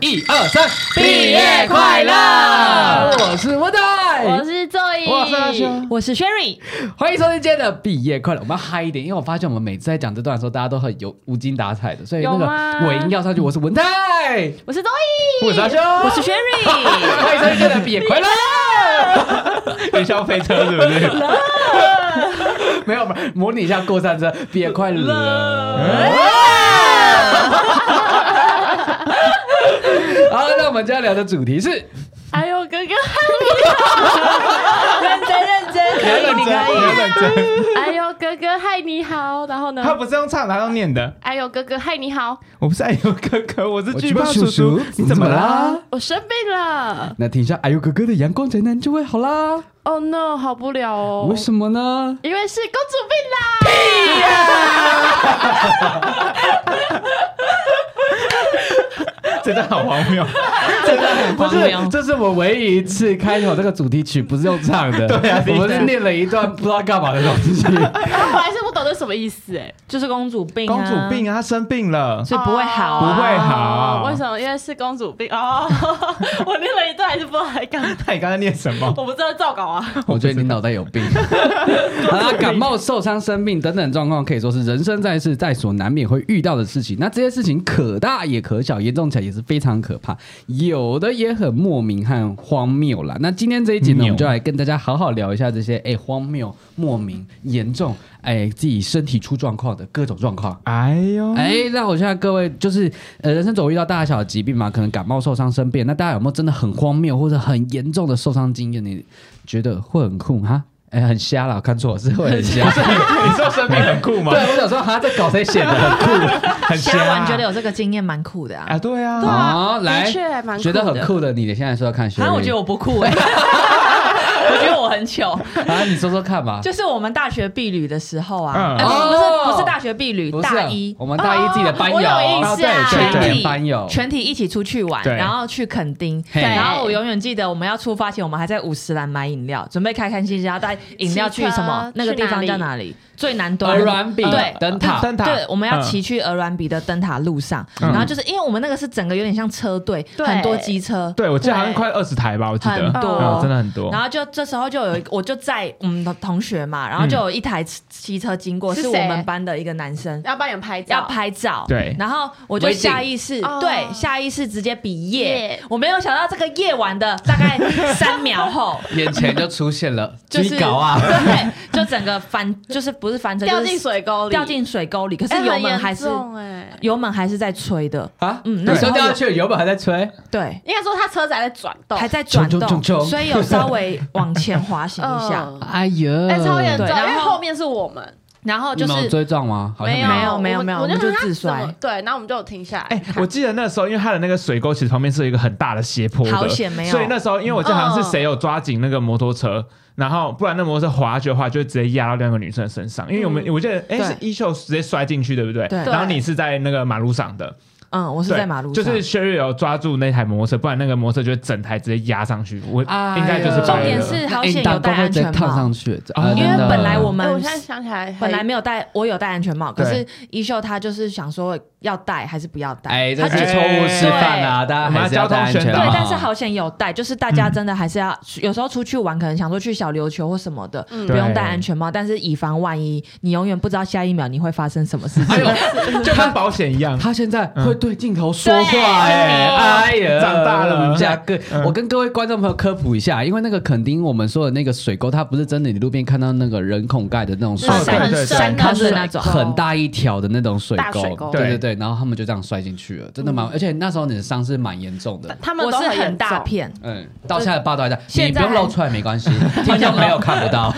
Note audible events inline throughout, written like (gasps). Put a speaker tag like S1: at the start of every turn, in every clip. S1: 一二三，
S2: 毕业快乐
S1: 我是温代，
S2: 我是周怡，
S1: 我哎是阿修
S2: 我是 Sherry，
S1: 欢迎收听今天的毕业快乐。我们要嗨一点，因为我发现我们每次在讲这段的时候，大家都很有无精打采的，所以那
S2: 有
S1: 个
S2: 吗
S1: 尾音要上去。我是文泰，
S2: 我是周怡，
S1: 我是阿修
S2: 我是
S1: (laughs)
S2: Sherry。
S1: 欢迎收听今天的毕业快乐。
S3: 云霄飞车是不是？
S1: 没有，没有模拟一下过山车，毕业快
S2: (laughs)
S1: 乐。好，那我们今天聊的主题是
S2: 哎呦，哥哥，认真认真，可以，你可
S3: 你要
S2: 以。
S3: 认真。
S2: 哎呦，哥哥，嗨，你好。然后呢？
S3: 他不是用唱的，他用念的。
S2: 哎呦，哥哥，嗨，你好，
S3: 我不是爱有哥哥，我是
S1: 巨
S3: 惧怕
S1: 胖
S3: 叔叔。你怎么啦？？
S2: 我生病
S1: (laughs)
S2: 了。
S1: 那听一下哎呦哥哥的阳光宅男就会好啦。
S2: Oh no，好不了哦。
S1: 为什么呢？
S2: 因为是公主病啦。
S3: 真的好荒 (laughs) 谬，真的 (laughs) 很
S1: 不
S3: 荒
S1: 是
S3: 谬，。
S1: 这是我唯一一次开头这个主题曲不是用唱的，
S3: (laughs) 对啊
S1: 我们是念了一段不知道干嘛的东
S3: (laughs)
S1: 西。
S2: 然哦后我还是不懂这什么意思哎，
S4: 就是公主病、
S3: 公主，病啊，她生病了。
S4: 所以不会好、
S3: 不
S4: 啊，
S3: 会好
S2: 哦为什么？因为是公主病哦。 (laughs) 我念了一段，还是不知道在干嘛。
S3: 那你刚才念什么？
S2: 我不知道照稿啊。
S1: 我觉得你脑袋有
S3: (laughs)
S1: 病。好啦，感冒、受伤、生病等等状况，可以说是人生在世在所难免会遇到的事情。那这些事情可大也可小，严重起来也是非常可怕，有的也很莫名和荒谬啦。那今天这一集呢，
S3: 谬
S1: 我们就来跟大家好好聊一下这些哎、荒谬、莫名、严重哎、自己身体出状况的各种状况。
S3: 哎呦，
S1: 哎、那我现在各位就是呃，人生总会遇到大小的疾病嘛，可能感冒、受伤、生病。那大家有没有真的很荒谬或者很严重的受伤经验？你觉得会很酷哈？哎、很瞎啦，我看错是会很 (laughs) 瞎。
S3: 你说生病很酷吗
S1: 对，？我想说哈，这搞谁写的很酷
S3: 很
S1: 哦
S4: 虾
S3: 瞎
S4: 丸觉得有这个经验蛮酷的啊。
S3: 啊，对啊，
S1: 啊？来
S2: 的，确蛮酷
S1: 觉得很
S2: 的
S1: 酷的，你现在说要看学历，
S4: 反正我觉得我不酷
S1: (laughs)
S4: 哎、我觉得我很糗。
S1: 啊，你说说看吧。
S4: 就是我们大学避旅的时候啊，
S3: 嗯
S4: 哎不
S1: 哦
S4: 不是不是大学避旅，
S1: 不是啊
S4: 大一
S1: 我们大一自己的班友，
S2: 哦我有印
S1: 然后对
S2: 象
S1: 全
S3: 对
S4: 全
S1: 体
S4: 体
S1: 班友，
S4: 全体一起出去玩，
S3: 对
S4: 然后去垦丁，
S1: 嘿
S4: 然后我永远记得我们要出发前，我们还在五十岚买饮料，准备开开心心，然后带饮料去什么
S2: 骑车
S4: 那个地方
S2: 去哪里
S4: 叫哪里？最南端
S1: 鹅卵比
S4: 哦对
S1: 灯
S4: (laughs)
S1: 塔，
S3: 灯塔
S4: 对，我们要
S3: 嗯
S4: 骑去鹅銮比的灯塔路上，
S3: 嗯
S4: 然后就是因为我们那个是整个有点像车队，
S2: 对
S4: 很多机车，
S3: 对我记得好像快二十台吧，我记得
S4: 很多
S3: 嗯真的很多
S4: 然。后就这时候就有一我就在我们的同学
S3: 嗯
S4: 嘛，然后就有一台骑骑车经过，
S2: 是
S4: 是
S2: 谁
S4: 我们班的一个男生。
S2: 要帮你们拍照，
S4: 要拍照，
S3: 对
S4: 然后我就
S1: 微信
S4: 下意识，
S2: 哦
S4: 对，下意识直接比耶
S2: 耶，
S4: 我没有想到这个夜晚的
S2: (laughs)
S4: 大概三秒后，
S1: 眼前就出现了，
S4: 就是
S1: 追搞啊，
S4: 对，就整个翻，就是不是翻车，
S2: 掉
S4: 就是
S2: 进水沟里，
S4: 掉进水沟里，可是
S2: 哎
S4: 油
S2: 很
S4: 门
S2: 严
S4: 还是
S2: 重哎。
S4: 油门还是在吹的，
S1: 啊，
S4: 嗯
S1: 你
S4: 那时
S1: 说
S4: 候
S1: 掉下去了，油本还在吹，
S4: 对，
S2: 应该说他车子还在转动，
S4: 还在转
S1: 冲冲
S4: 动，
S1: 冲冲
S4: 所以有稍微往前滑行一下，
S2: (laughs) 嗯
S1: 哎呦，
S2: 哎、超严重，
S4: 呃对
S2: 因
S4: 然后
S2: 为后面是我们，
S4: 然后
S1: 你
S4: 就
S1: 们有
S4: 是
S1: 追撞吗？好像
S4: 有没有没有
S2: 我们
S4: 没有
S2: 我
S4: 我们就
S2: 想他
S4: 自
S2: 怎么
S4: 摔
S2: 对，然后我们就有停下来
S3: 哎
S2: 看。，
S3: 我记得那时候，因为它的那个水沟其实旁边是有一个很大的斜坡的，
S4: 好险没有
S3: 所以那时候，因为我记得好像是谁有抓紧那个摩托车，然后不然那摩托车滑下去的话，就直接压到那个女生的身上。因为我们、
S2: 嗯
S3: 我记得，哎、
S4: 对
S3: 是衣袖直接摔进去，对不对？
S4: 对
S3: 然后你是在那个马路上的，
S4: 嗯，我是
S3: 对
S4: 在马路
S3: 就
S4: 上，
S3: 是 Sherry 有抓住那台摩托车，不然那个摩托车就会整台直接压上去。我、
S1: 哎呦
S3: 应该就是
S4: 重
S3: 白
S4: 点
S3: 了
S4: 是好险有戴安全
S1: 烫上
S4: 帽，
S1: 去，
S3: 哦
S4: 呃因为本来
S2: 哎
S4: 我
S2: 我
S4: 们
S2: 现在想起来，
S4: 本来没有戴，我有戴安全帽，可
S3: 对
S4: 是一秀她就是想说要戴还是不要戴，
S1: 哎，这
S4: 她
S1: 是
S4: 就
S3: 哎
S1: 错误示范啊！大家还是要戴安全
S3: 我
S1: 帽
S3: 们要交通宣导
S4: 对，但是好险有戴，就是大
S3: 嗯
S4: 家真的还是要，有时候出去玩，可能想说去小琉球或什么的，
S2: 嗯
S4: 不用
S3: 对
S4: 戴安全帽，但是以防万一，你永远不知道下一秒你会发生什么事情。
S3: 哎就跟保险一样。
S1: 他现在会嗯对镜头说话哎、
S2: 对
S1: 哎呀，
S3: 长大了
S1: 下个、
S3: 嗯
S1: 我跟各位观众朋友科普一下，因为那个垦丁我们说的那个水沟，它不是真的你路边看到那个人孔盖的那种水
S3: 哦
S1: 沟
S3: 对，
S2: 很
S3: 对
S2: 深
S1: 它
S2: 的
S1: 是
S2: 水
S4: 那种
S1: 很大一条的那种水
S2: 大
S1: 沟，
S2: 水沟
S1: 对对
S3: 对
S1: 对，然后他们就这样摔进去了，真的蛮，
S4: 嗯
S1: 而且那时候你的伤是蛮严重的。
S2: 他们
S4: 我
S2: 都
S4: 是
S2: 严
S4: 很
S2: 重
S4: 大，
S2: (laughs)
S4: 片，
S1: 嗯，到现在的报道一下，你
S4: 现
S1: 不
S4: 在
S1: 用露出来没关
S4: (laughs)
S1: 系，听众朋友看不 (laughs) 到。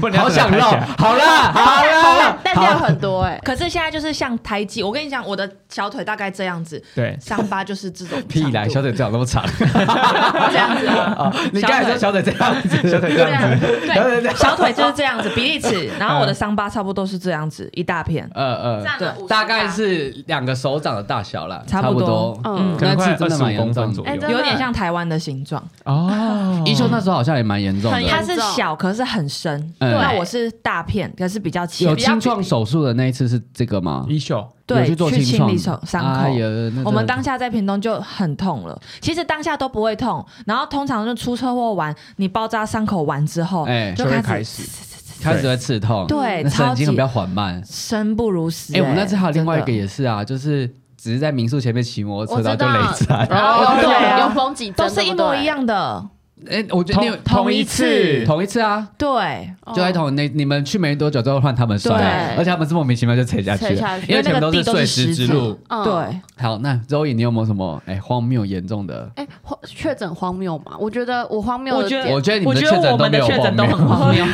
S3: 不然
S1: 好想
S3: 要
S1: 露，
S3: 整台下
S1: 好
S4: (laughs)
S1: 啦，好啦，
S2: 好了，但量
S1: 好
S2: 很多哎、
S4: 可是现在就是像胎记，我跟你讲，我的小腿大概这样
S2: (laughs)
S4: 子，
S3: 对，
S4: 伤疤就是这种
S1: (laughs) 屁
S4: 来
S1: 来，小腿这样那么长
S4: 这样子啊。
S1: (laughs) 啊！你刚才说 (laughs) 小腿这样子，
S3: 小
S4: (laughs)
S3: 腿这
S2: 啊
S3: 样子，
S1: 小腿这样，
S4: 小腿就是这样子，比
S1: (laughs)
S4: 例尺，然后我的伤疤差不多是这样子，一大片，
S1: 呃呃，
S2: 占了50%
S1: 大概是两个手掌的大小啦，
S4: 差
S1: 差
S4: 不
S1: 多
S4: 多。哦
S2: 嗯
S3: 可
S1: 那
S3: 能快
S1: 次真
S3: 二
S1: 的
S3: 十
S1: 蛮
S3: 五
S1: 严
S3: 公分
S1: 重
S3: 左
S1: 的。
S2: 哎
S3: 右
S2: 真。的
S4: 有点像台湾的形状，
S3: 哦，
S1: 哎一休那时候好像也蛮严重
S2: 很严
S1: 的
S4: 它
S2: 重，
S4: 是小，可是很深。
S1: 嗯
S4: 啊那我是大片，可是比较浅
S1: 有。清创手术的那一次是这个吗？
S3: 衣袖
S1: 有
S4: 对
S1: 去做
S4: 去
S1: 清
S4: 清
S1: 创
S4: 理手伤口
S1: 哎呀那真的
S4: 我们当下在屏东就很痛了，其实当下都不会痛，然后通常就出车祸完，你包扎伤口完之后，
S1: 哎
S4: 哦就
S3: 就会
S4: 开
S3: 开
S4: 始
S3: 始
S1: 开始会刺痛，
S4: 对
S1: 那神
S4: 超级
S1: 经很比较缓慢。
S4: 生不如死、
S1: 哎，我们那次还有另外一个
S4: 真的
S1: 也是啊，就是只是在民宿前面骑摩托
S2: 我
S1: 车，
S2: 知
S1: 然后就
S2: 道
S1: 雷惨。
S2: 然后
S4: 哦
S2: 有
S4: 对啊
S2: 有风景
S4: 都是一模一，样的，
S1: 哎，我觉得你有
S3: 同同一次，
S1: 同一次啊，
S4: 对，
S2: 对不对
S1: 就在同那你们去没多久之后换他们摔了，
S2: 对
S1: 而且他们是莫名其妙就踩下去
S2: 踩下
S1: 了，
S2: 去
S1: 因为全部
S4: 因为那个
S1: 都
S4: 地
S1: 是
S4: 都
S1: 碎
S4: 是
S1: 石
S4: 石
S1: 之
S4: 子
S1: 路。
S2: 嗯。
S4: 对，
S1: 好，那周颖，你有没有什么哎荒谬严重的？
S2: 哎，荒确诊荒谬嘛？我觉得我荒谬
S4: 我
S2: 的
S4: 觉
S2: 点，
S4: 得
S1: 我觉得你们
S4: 我
S1: 的
S4: 觉
S1: 确
S4: 得
S1: 诊
S4: 我
S1: 都
S4: 们
S1: 没
S4: 的
S1: 有
S4: 确诊都
S1: 荒
S4: 很
S1: 谬。
S4: 荒谬，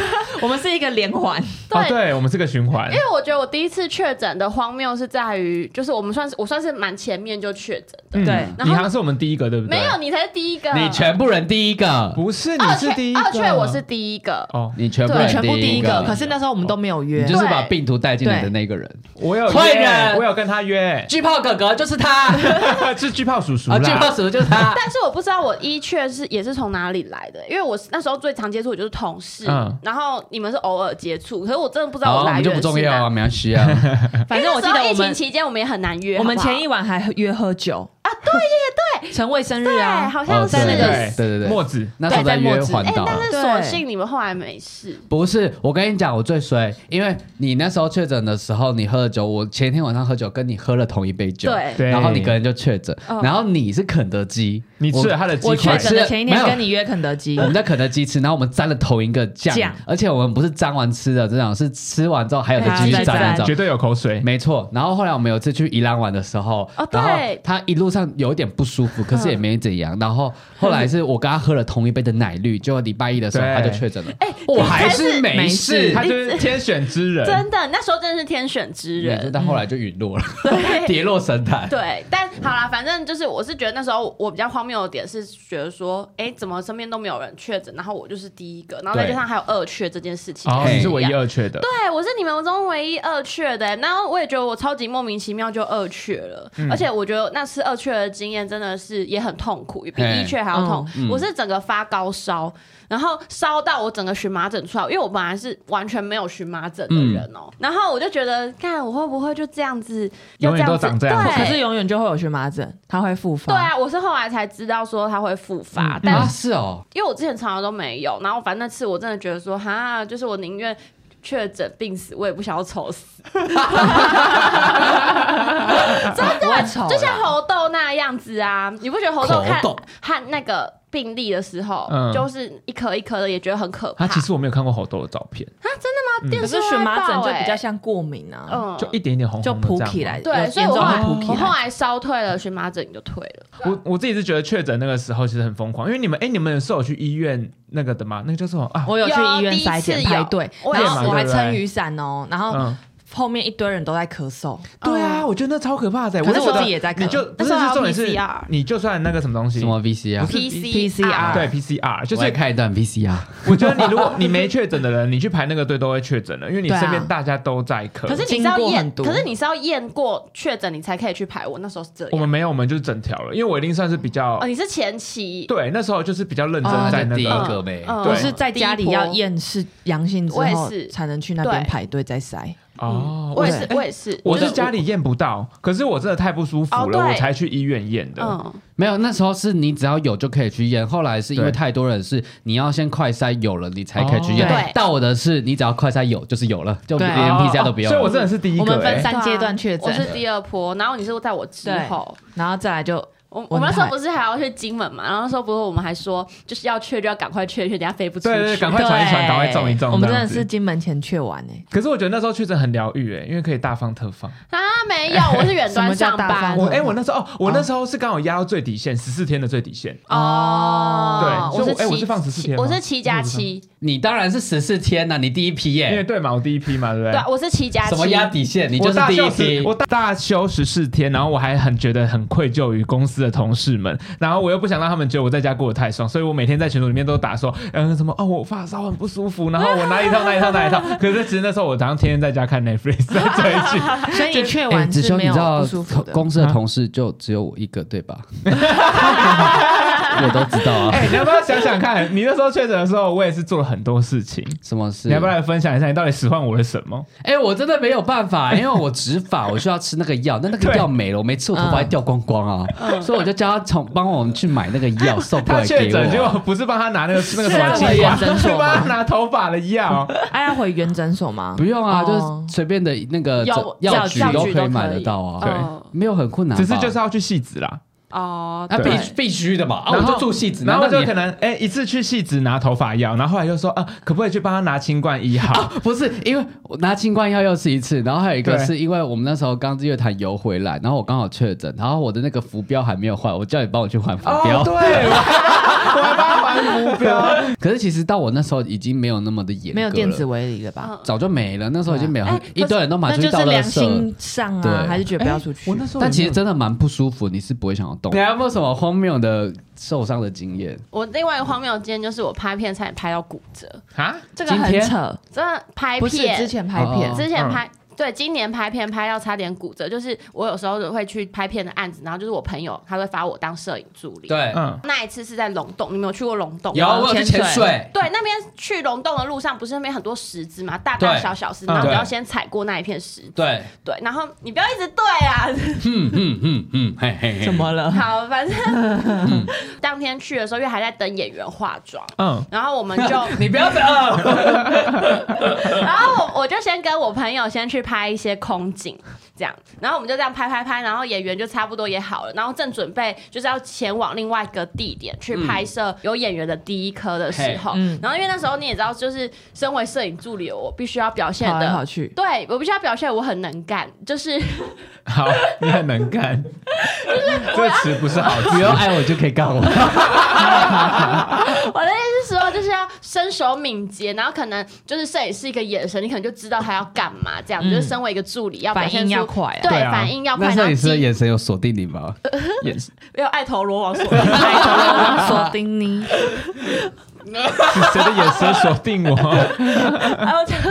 S4: 我们是一个连环，
S3: 哦，
S2: 对，
S3: 对，我们是个循环
S2: 因，为我觉得我第一次确诊的荒谬是在于，就是我们算是我算是蛮前面就确诊的，
S3: 嗯
S4: 对
S2: 然后
S3: 你好像是我们第一个，对不对？
S2: 没有，你才是第一个，
S1: (laughs) 你全部人第一个，
S3: 不是，你
S2: 二
S3: 是第一
S2: 确
S3: 个，
S2: 二确我是第一个，
S3: 哦，
S1: 你全部
S2: 对
S1: 人
S4: 全部第
S1: 一
S4: 一个。可是那时候我们都没有约
S1: 你，就是把
S2: 对
S1: 病毒带进来的那个人。
S3: 我有
S1: 坏
S3: 约
S1: 人，
S3: 我有跟他约
S1: 巨炮哥哥就是
S2: (laughs)
S1: 他，
S3: (laughs) 是巨炮叔叔
S1: 啊，巨炮
S3: 啦，
S1: 叔就是
S3: (laughs)
S1: 他。
S2: 但是我不知道我一确是也是从哪里来的，因为我是那时候最常接触的就是同事，
S3: 嗯
S2: 然后你们是偶尔接触，可是我真的不知道
S1: 好，
S2: 我
S1: 我
S2: 来
S1: 们哦就不
S2: 源
S1: 重
S2: 是
S1: 要
S2: 哪。
S1: 啊，没关系啊。
S2: (laughs)
S4: 反正我记
S2: 因为那时候
S4: 得我
S2: 疫情
S4: 们
S2: 期间我们也很难约，
S4: 我们
S2: 好不好
S4: 前一晚还约喝酒啊，对耶对，陈伟生日
S2: 对，
S4: 啊，
S2: 好像是
S1: 哦
S2: 那个。
S1: 对对对
S3: 墨子，
S1: 那时候
S4: 对在墨
S1: 约
S4: 子
S1: 环
S2: 哎，
S1: 岛，啊
S2: 但是
S4: 对
S2: 所幸你们后来没事，
S1: 不是，我跟你讲，我最衰，因为你那时候确诊的时候，你喝了酒，我前一天晚上喝酒，跟你喝了同一杯酒，
S2: 对
S3: 对
S1: 然后你个人就确诊，
S2: 嗯
S1: 然后你是肯德基，
S3: 你吃了他的鸡
S4: 我确
S3: 块，
S4: 诊的前一
S1: 没
S4: 天
S1: 有嗯
S4: 跟你约肯德基
S1: 我，们在肯德基吃，然后我们沾了同一个酱，
S4: 酱
S1: 而且我们不是沾完吃的，这种是吃完之后还有
S2: 啊
S1: 再继续
S4: 还要再
S1: 沾那
S4: 沾
S1: 种
S3: 绝。对有口水，
S1: 没错，然后后来我们有一次去宜兰玩的时候，
S2: 哦
S1: 然后
S2: 对嗯
S1: 他一路上有一点不舒服，可是也没怎样。然后后来是我跟他喝了同一杯的奶绿，结果礼拜一的时候
S3: 对
S1: 他就确诊了，
S2: 哎，
S1: 哦我
S2: 你
S1: 还
S2: 才
S1: 是没事
S4: 没事。
S3: 他就是天选之人，
S2: 真的，那时候真的是天选之
S1: 对
S2: 人，
S1: 但后来就陨
S2: (laughs)
S1: 落了，
S2: 对
S1: 跌落神
S2: (laughs)
S1: 坛。
S2: 对，但好啦，反正就是，我是觉得那时候我比较荒谬的点是觉得说，哎、怎么身边都没有人确诊，然后我就是第一个，然后再
S1: 对
S2: 加上还有二确这件事情，
S3: 哦，
S1: 嘿
S3: 你是唯一二缺
S4: 啊
S3: 的，
S2: 对，我是你们中唯一二确的、然后我也觉得我超级莫名其妙就二确了，
S3: 嗯
S2: 而且我觉得那次二确的经验真的是也很痛苦，比
S1: 嘿
S2: 一确还要痛。
S3: 嗯
S2: 我是整个发高烧，然后烧到我整个荨麻疹出来，因为我本来是完全没有荨麻疹的人哦、
S3: 嗯
S2: 然后我就觉得，看我会不会就这样子，
S3: 永远
S2: 就
S3: 都
S2: 子
S3: 长这样子
S2: 对，
S4: 可是永远就会有荨麻疹，它会复发。
S2: 对啊，我是后来才知道说它会复发，
S3: 嗯
S2: 但
S1: 啊，
S2: 是
S1: 是哦，
S2: 因为我之前常常都没有，然后反正那次我真的觉得说，哈，就是我宁愿。确诊病死，我也不想要丑
S3: (laughs)
S2: 死，真
S4: 不会
S2: 的
S4: 丑啦
S3: 啊
S2: 就像猴痘那样子啊！你不觉得猴痘
S1: 猴
S2: 看
S1: 痘
S2: 看那个病例的时候，
S3: 嗯
S2: 就是一颗一颗的，也觉得很可怕。啊
S3: 他其实我没有看过好多的照片，
S2: 电
S4: 可
S2: 视
S4: 是荨
S2: 会
S4: 麻疹
S2: 报
S4: 就比较
S2: 欸
S4: 像过敏啊，
S2: 嗯，
S3: 就一点一点红
S4: 就
S3: 红的
S4: 扑
S3: 这样
S4: 起
S3: 吗
S4: 来，
S2: 对
S4: 有
S2: 所以
S4: 严
S2: 我
S4: 重
S2: 后来
S4: 会扑
S2: 我
S4: 起
S2: 后
S4: 来。
S2: 来烧退了荨麻疹，你就退了。
S3: 我我自己是觉得确诊那个时候其实很疯狂，因为你们哎、你们是有去医院那个的吗？那个叫什么啊？
S4: 我有去
S2: 有
S4: 医
S2: 第
S4: 院
S2: 一
S4: 筛
S2: 次
S4: 检
S2: 有
S4: 排队，
S2: 我
S4: 然
S2: 也
S4: 后
S2: 是
S4: 我还
S3: 对
S4: 撑雨伞哦，然后
S3: 嗯，
S4: 后面一堆人都在咳嗽，
S3: 对啊，我觉得那超可怕的、
S4: 可是
S3: 就觉
S4: 我
S3: 得
S4: 自己也在咳
S3: 你就
S2: 那
S3: 不是
S2: 时候还
S3: 是
S2: 要
S3: 重点是
S2: PCR，
S3: 你就算那个什么东西
S1: 什，么 VCR？
S3: 不是
S2: 啊
S4: PCR
S3: 对 PCR，就
S1: 我来
S3: 是
S1: 看一段 VCR。
S3: 我觉得你如果你没确诊的人，你去排那个队都会确诊的，因为你
S4: 对啊
S3: 身边大家都在咳。
S2: 可是你是要
S4: 经过
S2: 验
S4: 很，多
S2: 可是你是要验过确诊，你才可以去排。我那时候是这
S3: 我
S2: 样。
S3: 们没有，我们就是整条了，因为我一定算是比较、
S2: 哦，你是前期，
S3: 对，那时候就是比较认真
S4: 哦
S3: 在那
S1: 第一
S3: 个。
S1: 个呗。
S2: 嗯
S4: 我
S3: 对
S4: 哦是在家里要，验是阳性之
S2: 我也
S4: 后
S2: 是
S4: 才能去那边
S2: 对
S4: 排队再筛。
S3: 哦，
S2: 我也
S3: 我
S2: 是，嗯
S4: 对
S2: 我也是，
S3: 我
S2: 就是
S3: 家里验不到，可是我真的太不舒服
S2: 哦
S3: 了，
S2: 对
S3: 我才去医院验的。
S2: 嗯，
S1: 没有，那时候是你只要有就可以去验，后来是因为
S3: 对
S1: 太多人是你要先快筛有了，你才可以去验。
S3: 哦
S2: 对
S1: 到我的是你只要快筛有就是有了，就
S4: 对
S1: 连
S3: 哦
S1: PCR 都不用。
S3: 所以我真的是第一个、
S4: 我们分
S3: 哎
S4: 三阶段确
S2: 啊我是
S4: 诊，
S2: 第二波，然后你是在我之后。
S4: 然后再来就
S2: 我我
S4: 文
S2: 们那时候
S4: 泰
S2: 不是还要去金门嘛？然后那时候不是我们还说，就是要确就要赶快确，确等下飞不出去。
S3: 对对，赶快
S4: 对
S3: 传一传，赶快中一中。
S4: 我们真
S3: 这样
S4: 的
S3: 子
S4: 是金门前确完
S2: (laughs)
S4: 哎，
S3: 可是我觉得那时候确诊很疗愈，哎，因为可以大放特放。
S2: 啊！没
S3: (laughs)
S2: 有，我是远
S4: 什
S2: 端
S4: 么叫
S2: 上
S4: 大
S2: 班
S4: 方
S3: 我
S4: 嗯
S3: 哎、我那时候哦，我那时候是刚好压到最底线，十四天的最底线。
S2: 哦。
S3: 对所以
S2: 是
S3: 我哎我
S2: 七
S3: 是放14天吗
S2: 我是七加七，
S1: 你当然是十四天呐、你第一批
S3: 因为
S1: 耶、
S3: 对嘛，我第一批嘛，对不
S2: 对
S3: 对
S2: 啊，？我是七加七。
S1: 什么压底线？你
S3: 我
S1: 就是
S3: 大
S1: 第一
S3: 休十
S1: 批。
S3: 我大休十四天，然后我还很觉得很愧疚于公司的同事们，然后我又不想让他们觉得我在家过得太爽，所以我每天在群组里面都打说，嗯，什么哦，我发烧很不舒服，然后我哪里痛哪里痛哪里
S1: (laughs)
S3: 痛。可是其实那时候我早上天天在家看 Netflix 在追
S1: (laughs)
S3: 剧，
S4: 所以你确
S1: 哎，
S4: 完
S1: 子
S4: 是
S1: 修，
S4: 没
S1: 你知
S4: 有
S3: 啊
S1: 道
S4: 不舒服的。
S1: 公司的同事就只有我一个对吧？我都知道啊。
S3: 哎、你要不要想想看？你那时候确诊的时候，我也是做了很多事情。
S1: 什么事？
S3: 你要不要来分享一下，你到底使唤我了什么？
S1: 哎、我真的没有办法，因为我植发，我需要吃那个药，那那个
S3: 对
S1: 药没了，我没吃，我头发还掉光光啊，所以我就叫他从帮我们去买那个药送过
S3: 他
S1: 来
S3: 确
S1: 给我
S3: 诊，结果
S1: 啊。
S3: 不是帮他拿那个那个什么
S4: 是
S3: 精
S4: 让我
S3: 华，
S4: 也诊
S3: 是
S4: 所吗
S3: 帮他拿头发的
S1: (laughs)
S3: 药。
S1: 嗯
S4: 哎、要回原诊所吗？
S1: 不用啊，
S4: 哦
S1: 就是随便的那个
S2: 药
S1: 诊
S2: 药
S1: 局
S2: 药
S1: 都
S2: 局
S1: 可
S2: 都
S1: 以
S2: 可
S1: 买得
S2: 以
S1: 到啊，
S3: 对
S2: 哦
S1: 没有很困难吧，
S3: 只是就是要去戏子啦，
S2: 哦，
S1: 啊
S3: 对
S1: 必必须的嘛，啊
S3: 然后
S1: 我就住戏子，
S3: 然后
S1: 难道
S3: 就
S1: 你
S3: 可能哎、一次去戏子拿头发药，然后后来又说啊，可不可以去帮他拿清冠一号？
S1: 啊，不是，因为我拿清冠药又是一次，然后还有一个
S3: 对
S1: 是因为我们那时候刚日月潭游回来，然后我刚好确诊，然后我的那个浮标还没有换，我叫你帮我去换浮标。
S3: 对，
S1: (laughs)
S3: 我还我还帮他还目标。
S1: 可是其实到我那时候已经没有那么的严格了，
S4: (laughs) 没有电子围篱了
S2: 哦
S4: 吧？
S1: 早就没了，那时候已经没有，
S2: 对啊
S1: 很
S2: 哎
S1: 一堆人都马
S4: 那
S1: 上
S4: 就
S1: 去
S4: 是
S1: 倒垃
S4: 良
S1: 圾。
S4: 心上啊，
S1: 对
S4: 还是觉得不要出去。
S3: 哎我那时候
S1: 但其实真的蛮不舒服，你是不会想要动。你还有没有什么荒谬的受伤的经验？
S2: 我另外一个荒谬的经验就是我拍片差点拍到骨折，
S3: 啊，
S4: 这个
S1: 今
S4: 很
S1: 天
S4: 扯，
S2: 真的拍
S4: 不是
S2: 片
S4: 之前拍片
S1: 哦，
S2: 之前拍、对，今年拍片拍到差点骨折，就是我有时候会去拍片的案子，然后就是我朋友他会发我当摄影助理。，
S1: 对
S3: 嗯，
S2: 那一次是在龙洞，你们有去过龙洞吗？
S1: 有我有去潜
S4: 哎潜水
S1: 水，
S2: 对，那边去龙洞的路上不是那边很多石子嘛，大大
S1: 对
S2: 小小石，
S3: 嗯
S2: 然后你
S1: 对
S2: 要先踩过那一片石子。
S1: 对，
S2: 对，然后你不要一直对啊。 (laughs)
S1: 嗯嗯嗯嗯，嘿嘿嘿，
S4: 怎么了？
S2: 好，反正
S1: (laughs)
S2: 当天去的时候，因为还在等演员化妆，
S3: 嗯，
S2: 然后我们就
S1: (laughs) 你不要这样。
S2: (laughs) 然后我我就先跟我朋友先去拍一些空景，这样，然后我们就这样拍拍拍，然后演员就差不多也好了，然后正准备就是要前往另外一个地点去拍
S1: 嗯
S2: 摄有演员的第一颗的时候，
S4: 嘿嗯
S2: 然后因为那时候你也知道，就是身为摄影助理，我必须要表现
S4: 跑来跑
S2: 的。
S4: 去，
S2: 对，我必须要表现我很能干，就是
S3: 好，你很能 (laughs) 干，这个词不是好词，
S1: 不要爱我就可以干我。
S2: 我的意思是说，就是要身手敏捷，然后可能就是摄影师一个眼神，你可能就知道他要干嘛，这样、就是身为一个助理要表
S4: 反
S2: 现
S4: 应
S2: 出
S4: 要快啊
S2: 对，
S3: 对啊
S2: 反应要快，
S1: 那
S2: 然
S1: 摄
S2: 后
S1: 影师的
S2: 肌
S1: 眼神有锁定你吗？
S3: 眼神
S2: 没有爱投罗网
S4: (laughs)
S2: 所
S4: 锁定你，
S3: 是谁的眼神锁定 (laughs)
S2: (laughs)
S3: 我？
S2: 哎，我真的，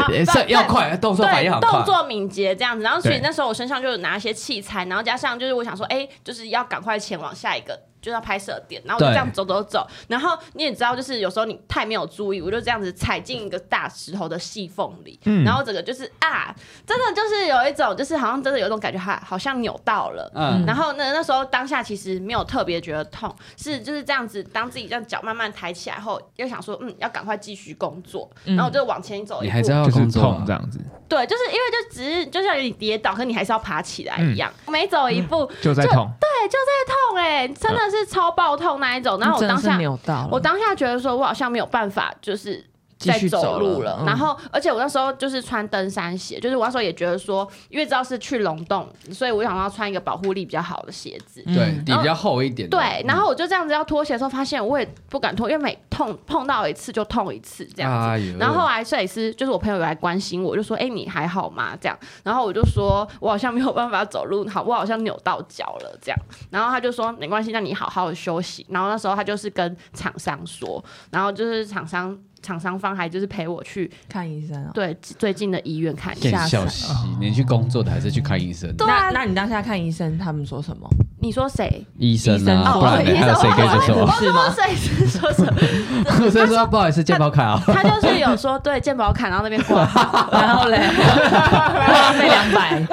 S2: 啊
S1: 眼
S2: 反
S1: 神要快，动作反应
S2: 对，
S1: 好
S2: 动
S1: 快。
S2: 作敏捷这样子。然后所以
S3: 对
S2: 那时候我身上就有拿一些器材，然后加上就是我想说，哎、就是要赶快前往下一个。就是要拍摄的点，然后我就
S1: 对
S2: 这样走走走，然后你也知道，就是有时候你太没有注意，我就这样子踩进一个大石头的细缝里，
S1: 嗯
S2: 然后整个就是啊，真的就是有一种，就是好像真的有一种感觉，哈，好像扭到了，
S1: 嗯，
S2: 然后呢，那时候当下其实没有特别觉得痛，是就是这样子，当自己这样脚慢慢抬起来后，又想说，嗯，要赶快继续工作，然后我就往前走
S1: 嗯
S2: 一
S1: 你
S2: 步，
S1: 还是要
S3: 就是
S1: 工作
S3: 痛啊
S1: 嘛
S3: 这样子，
S2: 对，就是因为就只是就像有点跌倒，可你还是要爬起来
S4: 嗯
S2: 一样，每走一步
S3: 就在痛。
S2: 痛哎、真的是超爆痛那一种， (laughs) 然后我
S4: 嗯真的
S2: 当
S4: 是
S2: 下
S4: 扭到了，
S2: 我当下觉得说我好像没有办法，就是。
S4: 继
S2: 在
S4: 续
S2: 走
S4: 走
S2: 路
S4: 了
S2: 了，
S4: 嗯
S2: 然后而且我那时候就是穿登山鞋，就是我那时候也觉得说，因为知道是去龙洞，所以我想要穿一个保护力比较好的鞋子。
S1: 对
S4: 嗯
S1: 底比较厚一点的。
S2: 对，然后我就这样子要脱鞋的时候，发现我也不敢脱，因为每痛碰到一次就痛一次这样子。
S1: 哎呦
S2: 然后后来摄影师就是我朋友有来关心我，就说：“哎、你还好吗？”这样，然后我就说：“我好像没有办法走路，好，我好像扭到脚了。”这样，然后他就说：“没关系，那你好好的休息。”然后那时候他就是跟厂商说，然后就是厂商厂商方还就是陪我去
S4: 看医生啊。
S2: 对最近的医院看一
S1: 见
S2: 下。
S4: 吓死
S1: 笑息，你去工作的还是去看医生？
S2: 对啊
S4: 那那你当下看医生，他们说什么？
S2: 你说谁？
S1: 医生
S4: 医生
S1: 啊，
S4: 哦
S1: 不然呢
S4: 医生
S1: 还有谁可以接
S4: 哦
S1: 受？
S4: 是吗
S2: 我说摄影师说什么？
S1: (laughs) 所以说不好意思，健保卡
S2: (laughs)
S1: 啊。
S2: 他就是有说对健保卡，然后那边挂号。
S4: (laughs)
S2: (laughs)
S4: 然后嘞，花费两百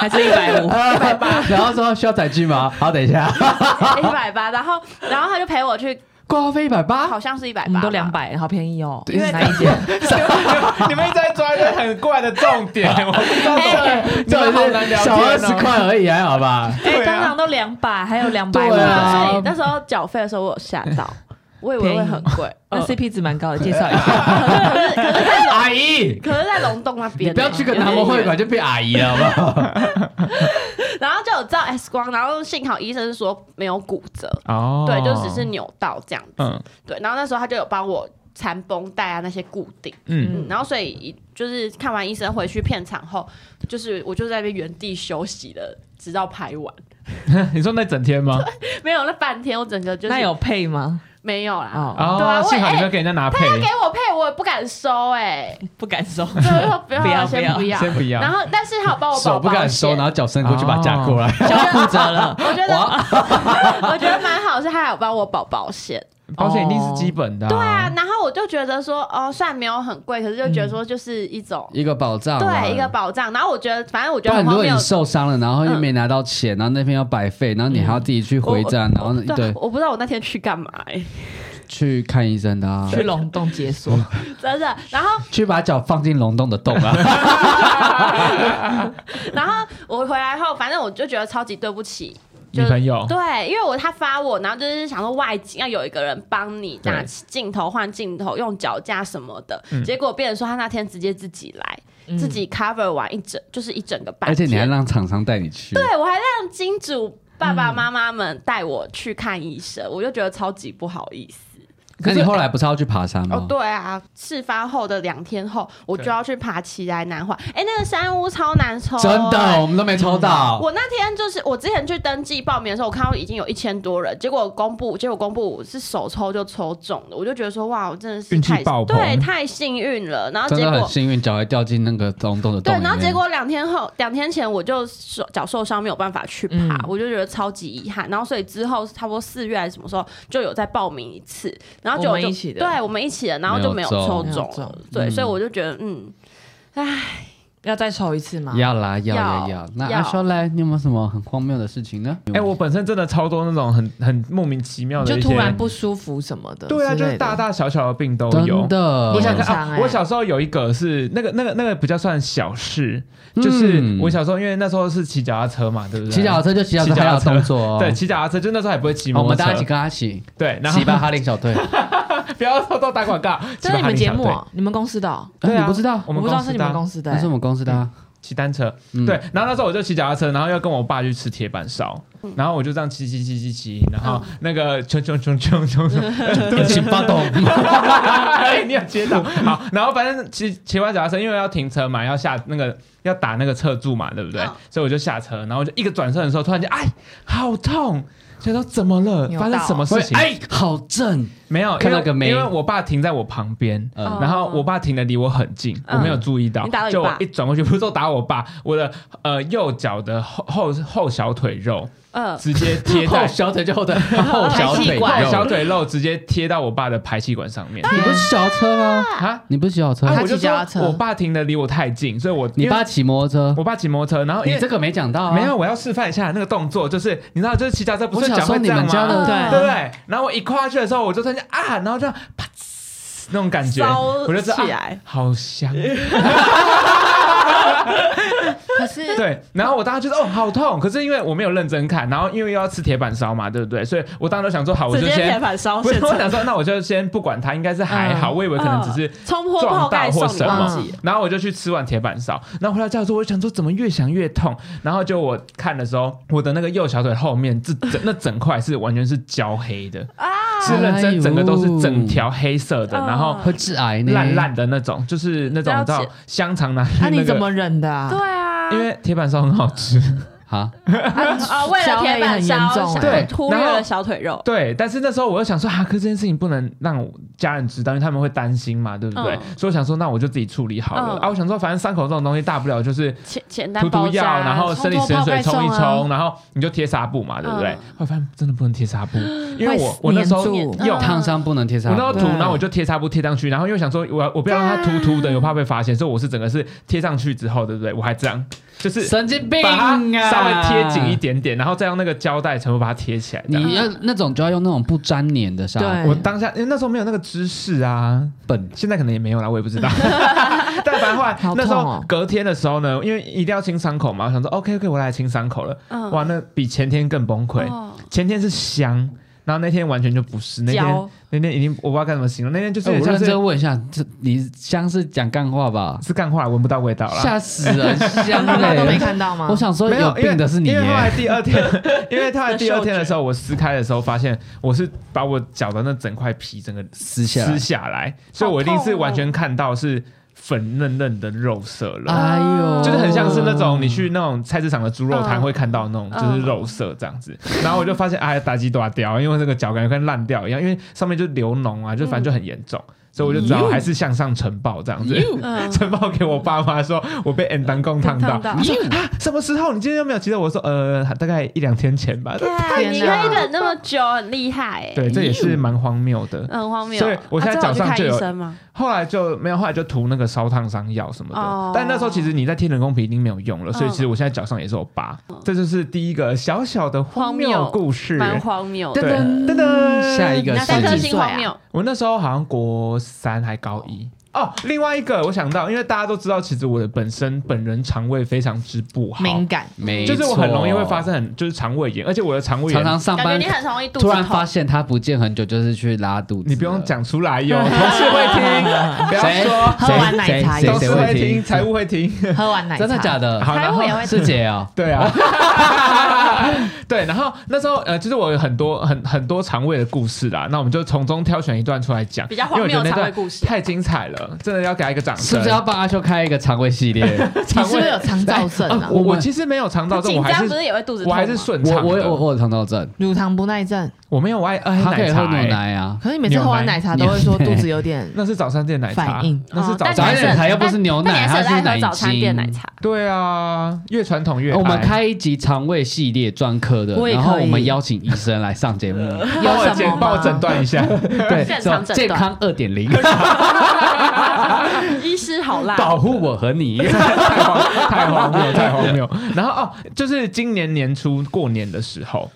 S4: 还是一百五？
S1: (laughs) 然后说需要载具吗？好，等一下，
S2: 一百八，然后然后他就陪我去，
S1: 挂号费一百八，
S2: 好像是一百
S4: 啊我们
S2: 八，
S4: 都两。百，好便宜哦。
S1: 对
S4: 哪 (laughs) 一间？
S3: (laughs) 啊你们一直在抓一个很怪的重 (laughs) 点，我不知道这
S1: 这
S3: 这好难
S1: 是
S3: 聊
S1: 小二十
S3: 天哦。
S1: 块而已，还好吧？
S4: 哎，
S3: 对
S4: 当
S3: 啊
S4: 场，都两百，还有两百五
S1: 对啊
S4: 的，
S2: 所以那时候缴费的时候，我有吓到，我以为会很 (laughs) 贵。
S4: 那
S2: 嗯
S4: CP 值蛮高的，介绍一下。
S1: 阿姨，
S2: (laughs) 可是，在龙洞那
S1: 你
S2: 边，啊
S1: 不要去跟南门会馆就变阿姨了，好不好？
S2: 然后就有照 X 光，然后幸好医生是说没有骨折，
S3: 哦
S2: 对，就只是扭到这样子。
S3: 嗯 (laughs)
S2: 对，然后那时候他就有帮我缠绷带啊那些固定，
S3: 嗯，
S2: 嗯，然后所以就是看完医生回去片场后，就是我就在那边原地休息了，直到拍完。 (laughs)
S3: 你说那整天吗？
S2: 没有那半天，我整个就是
S4: 那有配吗？
S2: 没有啦，
S4: 哦，
S3: 哦
S2: 对啊，我也
S3: 哎幸好你没有给人家拿配，
S2: 给我配，我我也不敢收 (laughs) 哎、
S5: 不敢收。
S2: 所以我就说不要
S5: 不要
S2: 了，先
S5: 不
S2: 要。
S3: 先不要
S2: 然。后，但是他有帮我
S1: 手
S2: 保
S1: 不敢
S2: 保
S1: 收，
S2: 险
S1: 然，后脚伸过去把它架过来。
S5: (laughs) 小骨折
S4: (laughs)
S5: 了，
S2: 我觉得 (laughs) 我觉得蛮好，是他有帮我保保险。
S3: 保险一定是基本的、
S2: 对啊，，
S1: 哦
S2: 然后我就觉得说，哦，虽然没有很贵，可是就觉得说就是一种、
S1: 一个保障啊，
S2: 对一个保障。然后我觉得，反正我觉
S1: 不
S2: 得
S1: 然
S2: 很
S1: 如
S2: 荒
S1: 果
S2: 谬
S1: 你。受伤了，然后又
S2: 嗯
S1: 没拿到钱，然后那边要白费，然后你还要自己去回诊，然后
S2: 对
S1: 对，
S2: 我不知道我那天去干嘛哎、
S1: 去看医生的啊，
S5: 去龙洞解锁，
S2: 真的。然后，
S1: 去把脚放进龙洞的洞啊， (laughs)
S2: 然后我回来后，反正我就觉得超级对不起
S3: 女朋
S1: 哦
S3: 友，
S2: 对，因为我他发我，然后就是想说外景要有一个人帮你拿
S3: 对
S2: 镜头换镜头，用脚架什么的。
S3: 嗯
S2: 结果变成说他那天直接自己来，自己 cover 完一整就是一整个半
S1: 嗯而且你还
S2: 天
S1: 让厂商带你去，
S2: 对我还让金主爸爸妈妈们带我去看医生，我就觉得超级不好意思。
S1: 那你后来不是要去爬山
S2: 哦
S1: 吗，？
S2: 对啊，事发后的两天后，我就要去爬奇来南环。哎，那个山屋超难抽、
S1: 真的，哦
S2: 哎。
S1: 我们都没抽到。
S2: 我那天就是我之前去登记报名的时候，我看到已经有一千多人，结果公布，结果公布是手抽就抽中了，我就觉得说哇，我真的是
S3: 运气
S2: 太
S3: 爆棚
S2: 对，太幸运了。然后
S1: 真
S2: 结
S1: 的
S2: 果
S1: 很幸运，脚还掉进那个龙洞的洞
S2: 对
S1: 里，面。
S2: 然后结果两天后，两天前我就手脚受伤，没有办法去爬，
S5: 嗯
S2: 我就觉得超级遗憾。然后所以之后差不多四月还是什么时候就有再报名一次，然后就
S5: 我们
S2: 就
S5: 一起的
S2: 对我们一起的，然后就没有
S1: 没有
S2: 抽
S5: 没
S1: 中
S2: 中
S5: 有
S2: 了
S5: 中，
S2: 对，
S1: 嗯
S2: 所以我就觉得嗯，唉，
S4: 要再抽一次吗？
S1: 要啦，要
S2: 要
S1: 要要。那
S2: 要
S1: 阿修来，你有没有什么很荒谬的事情呢？
S3: 哎、我本身真的超多那种很很莫名其妙的
S5: 就
S3: 一些，
S5: 突然不舒服什么的之类
S3: 对
S5: 的。
S3: 啊，就是大大小小的病都有
S1: 真。的，哎
S3: 我想
S5: 很
S3: 看
S5: 常
S3: 啊
S5: 欸，
S3: 我小时候有一个是那个那个那个比较算小事，就是
S1: 嗯
S3: 我小时候因为那时候是骑脚踏车嘛，对不对？
S1: 骑脚踏车就骑脚
S3: 骑
S1: 踏车，
S3: 脚
S1: 还
S3: 踏
S1: 有
S3: 车
S1: 动作哦。
S3: 对，骑脚踏车，就那时候还不会骑
S1: 好哦我
S3: 摩托
S1: 们
S3: 车。
S1: 大家一起跟他 (laughs) 骑，
S3: 对，然后
S1: 骑吧哈林小队。
S3: (laughs) 不要偷偷打广
S1: (laughs)
S3: 告，
S5: 这是你们节目
S3: 对
S5: 哦，你们公司的哦，
S3: 对啊
S1: 你不知道？
S3: 我们
S5: 我不知道
S3: 公
S5: 是
S3: 司
S5: 你
S3: 的
S5: 们
S3: 啊
S5: 公司的
S1: 那是
S5: 欸
S1: 我。们公司的啊。
S3: 骑单车，
S1: 嗯
S3: 对，，然后那时候我就骑脚踏车，然后要跟我爸去吃铁板烧，
S1: 嗯
S3: 然后我就这样骑骑骑骑骑，然后那个冲冲冲冲冲冲，
S1: 引擎发动。
S3: 哎 (laughs) 你有接到？好，然后反正骑骑完脚踏车，因为要停车嘛，要下那个要打那个侧柱嘛，对不对
S2: 嗯？
S3: 所以我就下车，然后我就一个转身的时候，突然间哎，好痛！就说怎么了？
S5: 扭到
S3: 发生什么事情？
S1: 哎，好正。
S3: 没有，
S1: 看到
S3: 因为
S1: 个妹
S3: 因为我爸停在我旁边，
S1: 嗯
S3: 然后我爸停的离我很近，
S2: 哦嗯
S3: 我没有注意到
S2: 你打到，你
S3: 就我
S2: 爸
S3: 一转过去，不是都打我爸，我的呃右脚的后后后小腿肉
S2: 呃，
S3: 直接贴
S1: 后
S2: (laughs)
S3: 在
S1: 小腿就后腿，后小 (laughs) 腿
S5: 排气管
S1: 肉
S3: 后小腿肉直接贴到我爸的排气管上面
S2: 啊
S1: 你不是小车吗？
S3: 啊！
S1: 你不是小车
S3: 啊，
S5: 他
S3: 我就
S5: 骑脚踏车
S3: 说我爸停的离我太近，所以我
S1: 你
S3: 因为
S1: 爸骑摩托车，
S3: 我爸骑摩托车，然后因
S1: 你
S3: 为
S1: 这个没讲到啊。
S3: 没有，我要示范一下那个动作，就是你知道，就是骑脚踏车不
S1: 我
S3: 是
S1: 想
S3: 脚
S1: 说
S3: 会
S1: 你
S3: 这样
S1: 们家
S3: 吗？
S4: 哦
S1: 的
S5: 对
S3: 对不对？然后我一跨下去的时候，我就突然间啊，然后这样啪呲那种感觉，
S2: 烧
S3: 我就知道
S2: 起
S3: 啊
S2: 来
S3: 好香。
S5: 可是
S3: 对，然后我当时觉得哦好痛，可是因为我没有认真看，然后因为又要吃铁板烧嘛，对不对？所以我当时就想说好，我
S2: 直
S3: 就
S2: 接铁
S3: 先。
S2: 板烧
S3: 不
S2: 现
S3: 是，我
S2: 场，
S3: 想说，那我就先不管它，应该是还好。
S5: 嗯
S3: 我以为可能只是
S2: 冲破
S3: 撞
S2: 泡
S3: 到
S2: 盖
S3: 或
S2: 送
S3: 什
S2: 你忘
S3: 么
S2: 记了，，
S3: 然后我就去吃完铁板烧，然后回到家的时候，我就想说怎么越想越痛，然后就我看的时候，我的那个右小腿后面这整那整块是完全是焦黑的，
S5: 啊
S3: 是认
S1: 哎呦
S3: 真整个都是
S5: 哦
S3: 整条黑色的，然后
S2: 嗯
S1: 会致癌呢。
S3: 烂烂的那种，就是那种
S2: 了
S3: 你知道
S2: 解
S3: 香肠拿去
S5: 那
S3: 那
S5: 你怎
S3: 个，
S5: 么忍的啊
S2: 对？啊，
S3: 因为铁板烧很好吃，
S1: 好，
S2: 啊，为了铁板烧
S5: 小腿很严重，
S3: 对
S2: 忽略
S3: 然后
S2: 了小腿肉，
S3: 对，但是那时候我又想说，哈、啊，可是这件事情不能让家人知道，因为他们会担心嘛，对不对？
S2: 嗯
S3: 所以我想说，那我就自己处理好了、
S2: 嗯
S3: 啊。我想说，反正伤口这种东西大不了就是
S2: 简简单
S3: 涂
S2: 包
S3: 涂药，
S2: 扎，
S3: 然后生理
S5: 冲
S3: 盐
S5: 泡
S3: 水
S5: 盖
S3: 冲一
S5: 送啊
S3: 冲，然后你就贴纱布嘛，对不对？
S2: 嗯
S3: 后来发现真的不能贴
S5: (gasps)
S3: 纱布，因为我
S5: 会
S3: 我那时候
S5: 黏
S3: 用
S5: 住。
S2: 嗯
S1: 烫伤不能贴
S3: 啊我
S1: 上
S3: 那时。候涂，
S5: 对
S3: 然后我就贴纱布贴上去，然后又想说我，我不要让它
S5: 啊
S3: 凸凸的，又怕被发现，所以我是整个是贴上去之后，对不对？我还这样，就是
S1: 神经病
S3: 把
S1: 啊！
S3: 它稍微贴紧一。点点，然后再用那个胶带全部把它贴起来。这样
S1: 你要那种就要用那种不粘黏的纱布，
S5: 对
S3: 我当下因为那时候没有那个知识啊，
S1: 哎笨
S3: 现在可能也没有啦，我也不
S1: (laughs)
S3: 知道。 (laughs) 但反正后来
S5: 好痛哦
S3: 那时候隔天的时候呢，因为一定要清伤口嘛，我想说 OK OK，我来清伤口了。
S2: 嗯
S3: 哇，那比前天更崩溃。
S2: 哦
S3: 前天是香，然后那天完全就不是。那天
S2: 胶
S3: 那天已经我不知道该怎么形容，那天就是
S1: 哎
S3: 有
S1: 我
S3: 点像
S1: 认
S3: 是、
S1: 真问一下，这你香是讲干话吧？
S3: 是干话，闻不到味道啦。
S1: 吓死人，
S4: (laughs)
S1: 香
S5: 妈妈都没
S1: 嘞！
S5: 看到吗？
S1: 我想说
S3: 没有
S1: 有，
S3: 因为
S1: 病的是你
S3: 因为后来
S1: 耶，
S3: 第二天，
S1: (laughs)
S3: 因为后来第二天的时候，我撕开的时候发现我是把我脚的那整块皮整个
S1: 撕下来
S3: 撕。下来，所以我一定是完全看到是粉嫩嫩的肉色了。
S1: 哎呦，
S3: 就是很像是那种你去那种菜市场的猪肉摊
S2: 嗯
S3: 会看到那种，就是肉色这样子。
S1: 哦
S3: 然后我就发现，哎，打击打掉，因为这个脚感觉快烂掉一样，因为上面就流脓啊，就反正就很严重。所以我就只好还是向上呈报这样子。
S5: 嗯，
S3: (laughs) 呈报给我爸妈说，我被 N 当工
S1: (laughs)
S3: 烫到。
S5: 烫到
S3: 他说啊，什么时候？你今天有没有记得？我说呃，大概一两天前吧。
S2: 对，你可
S5: 天哪
S2: 以忍那么久，很厉害哎、
S3: 对，这也是蛮荒谬的。
S2: 很荒谬。
S3: 所以我现在
S2: 啊这有
S3: 早上就
S2: 去
S3: 有
S2: 看医生吗？
S3: 后来就没有，后来就涂那个烧烫伤药什么的。
S2: 哦
S3: 但那时候其实你在贴人工皮已经没有用了，所以
S2: 嗯
S3: 其实我现在脚上也是有疤。这就是第一个小小的荒
S2: 荒
S3: 谬
S2: 谬
S3: 故事。
S2: 蛮荒谬
S3: 对
S2: 的。
S3: 噔噔，
S1: 下一个
S2: 那
S1: 是
S2: 三
S5: 你
S2: 颗
S5: 几
S2: 星
S5: 岁啊
S2: 荒谬，
S3: 我那时候好像国三还高一哦。另外一个我想到，因为大家都知道，其实我的本身本人肠胃非常之不好，
S5: 敏感，
S1: 没
S3: 就是我很容易会发
S1: 错
S3: 生很就是肠胃炎，而且我的肠胃
S1: 常
S3: 炎
S1: 常上
S2: 感觉
S1: 班
S2: 你很容易肚子
S1: 突
S2: 痛。
S1: 然发现他不见很久，就是去拉肚子。
S3: 你不用，讲出来
S1: (laughs)
S3: 哟，同事会听，不要
S1: 谁
S3: 说，
S5: 喝完奶茶
S1: 谁
S5: 也
S3: 同
S1: 谁
S5: 是
S1: 谁
S3: 事会
S1: 会
S3: 听，
S1: 听？
S3: 财务会听。 (laughs)
S5: 喝完奶茶，
S1: 真的假的？
S3: 好，
S2: 财
S3: 然
S2: 务
S3: 后
S2: 也会
S1: 师姐哦，
S3: 对啊， (laughs) 对，然后那时候呃，就是我有很多很很多肠胃的故事啦，那我们就从中挑选一段出来讲，
S2: 比较荒
S3: 因为
S2: 谬
S3: 我
S2: 的
S3: 觉得那
S2: 肠胃
S3: 段
S2: 故事，
S3: 太精彩了，真的要给他一个掌声。
S1: 是不是要
S3: (laughs)
S1: 帮阿修开一个肠胃系列？
S5: 你是不是有肠燥症啊？
S3: 哎我我其实没有肠道症，我
S2: 紧
S3: 还
S2: 张不
S3: 是
S2: 是也会肚子
S3: 我
S2: 痛吗？啊
S3: 还是顺
S1: 我
S3: 畅的。
S1: 我有我有肠道症，
S5: 乳糖不耐症，
S3: 我没有我爱喝
S1: 他可
S3: 奶
S1: 以喝
S3: 茶欸
S1: 牛，奶啊。
S5: 可是你每次喝完奶茶都会说肚子有点
S3: 那是早餐店奶茶
S5: 反应，
S3: 那是
S2: 哦
S3: 早
S2: 但
S1: 早
S3: 餐
S1: 一
S2: 你还
S1: 点
S2: 是
S1: 茶又不是牛
S2: 但你
S1: 奶，
S2: 还
S1: 它
S2: 是很爱
S1: 奶
S2: 喝早餐店奶
S1: 精。
S2: 茶。
S3: 对啊，越传统越
S1: 哦我们
S3: 爱
S1: 开一集肠胃系列专科的
S5: 我，也
S1: 然后
S5: 可以
S1: 我们邀请医生来上
S3: (laughs)
S1: 节目，
S5: 有
S3: 帮我
S5: 什么
S3: 诊帮我诊
S5: 吗？
S3: 断一下，
S1: 对，
S2: 现
S1: 什么
S2: 场诊断
S1: 健康二点零，
S2: 医师好辣，
S1: 保护我和你。
S3: 太荒 (laughs) 太荒
S5: (laughs)
S3: 谬太荒谬。然后哦，就是今年年初过年的时候，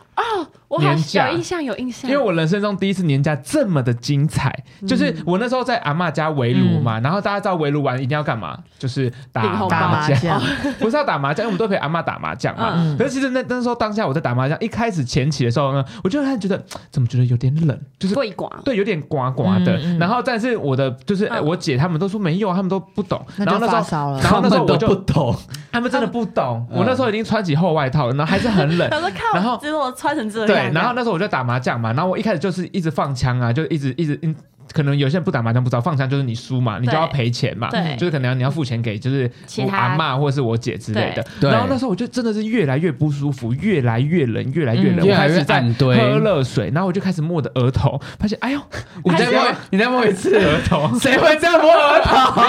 S2: 我好
S3: 年假
S2: 有印象，有印象。
S3: 因为我人生中第一次年假这么的精彩，
S5: 嗯
S3: 就是我那时候在阿嬷家围炉嘛，然后大家知道围炉完一定要干嘛，就是
S2: 领
S3: 打
S2: 红包
S5: 打
S3: 麻
S5: 麻
S3: 将，
S5: 将，
S3: (laughs)
S5: (laughs)
S3: 不是要打麻将，因为我们都陪阿嬷打麻将嘛。
S5: 啊嗯
S3: 可是其实那那时候当下我在打麻将，一开始前期的时候呢，我就开始觉得怎么觉得有点冷，就是
S2: 桂广，
S3: 对，有点呱呱的。
S5: 嗯嗯
S3: 然后，但是我的就是、呃
S2: 嗯
S3: 我姐他们都说没有，他们都不懂。然
S5: 那
S3: 后
S5: 就
S3: 那时
S5: 发
S3: 候，
S5: 烧了。
S3: 然后
S1: (laughs) 他
S3: 那
S1: 们
S3: 时候我
S1: 都
S3: 就
S1: 不懂，
S3: 他们真的不懂。
S1: 嗯
S3: 我那时候已经穿起厚外套了，然后还是很冷。
S2: 想说
S3: 然
S2: 看
S3: 后
S2: 我只我穿成这样，
S3: 对，
S2: (laughs)
S3: 然后那时候我就打麻将嘛，然后我一开始就是一直放枪啊，就一直一直嗯。可能有些人不打麻将不知道，放枪就是你输嘛，你就要赔钱嘛，
S2: 对
S3: 就是可能你要付钱给就是
S2: 其
S3: 我
S2: 他
S3: 阿嬷或是我姐之类的。
S1: 对
S3: 然后那时候我就真的是越来越不舒服，越来越冷，越来越
S1: 嗯
S3: 冷，我开
S1: 越来
S3: 始
S1: 越
S3: 在
S1: 暗
S3: 喝
S1: 堆
S3: 热水，然后我就开始摸我的额头，发现哎呦，我
S1: (laughs) 你再摸
S3: 你再摸一次额头，
S1: 谁会这样摸额头？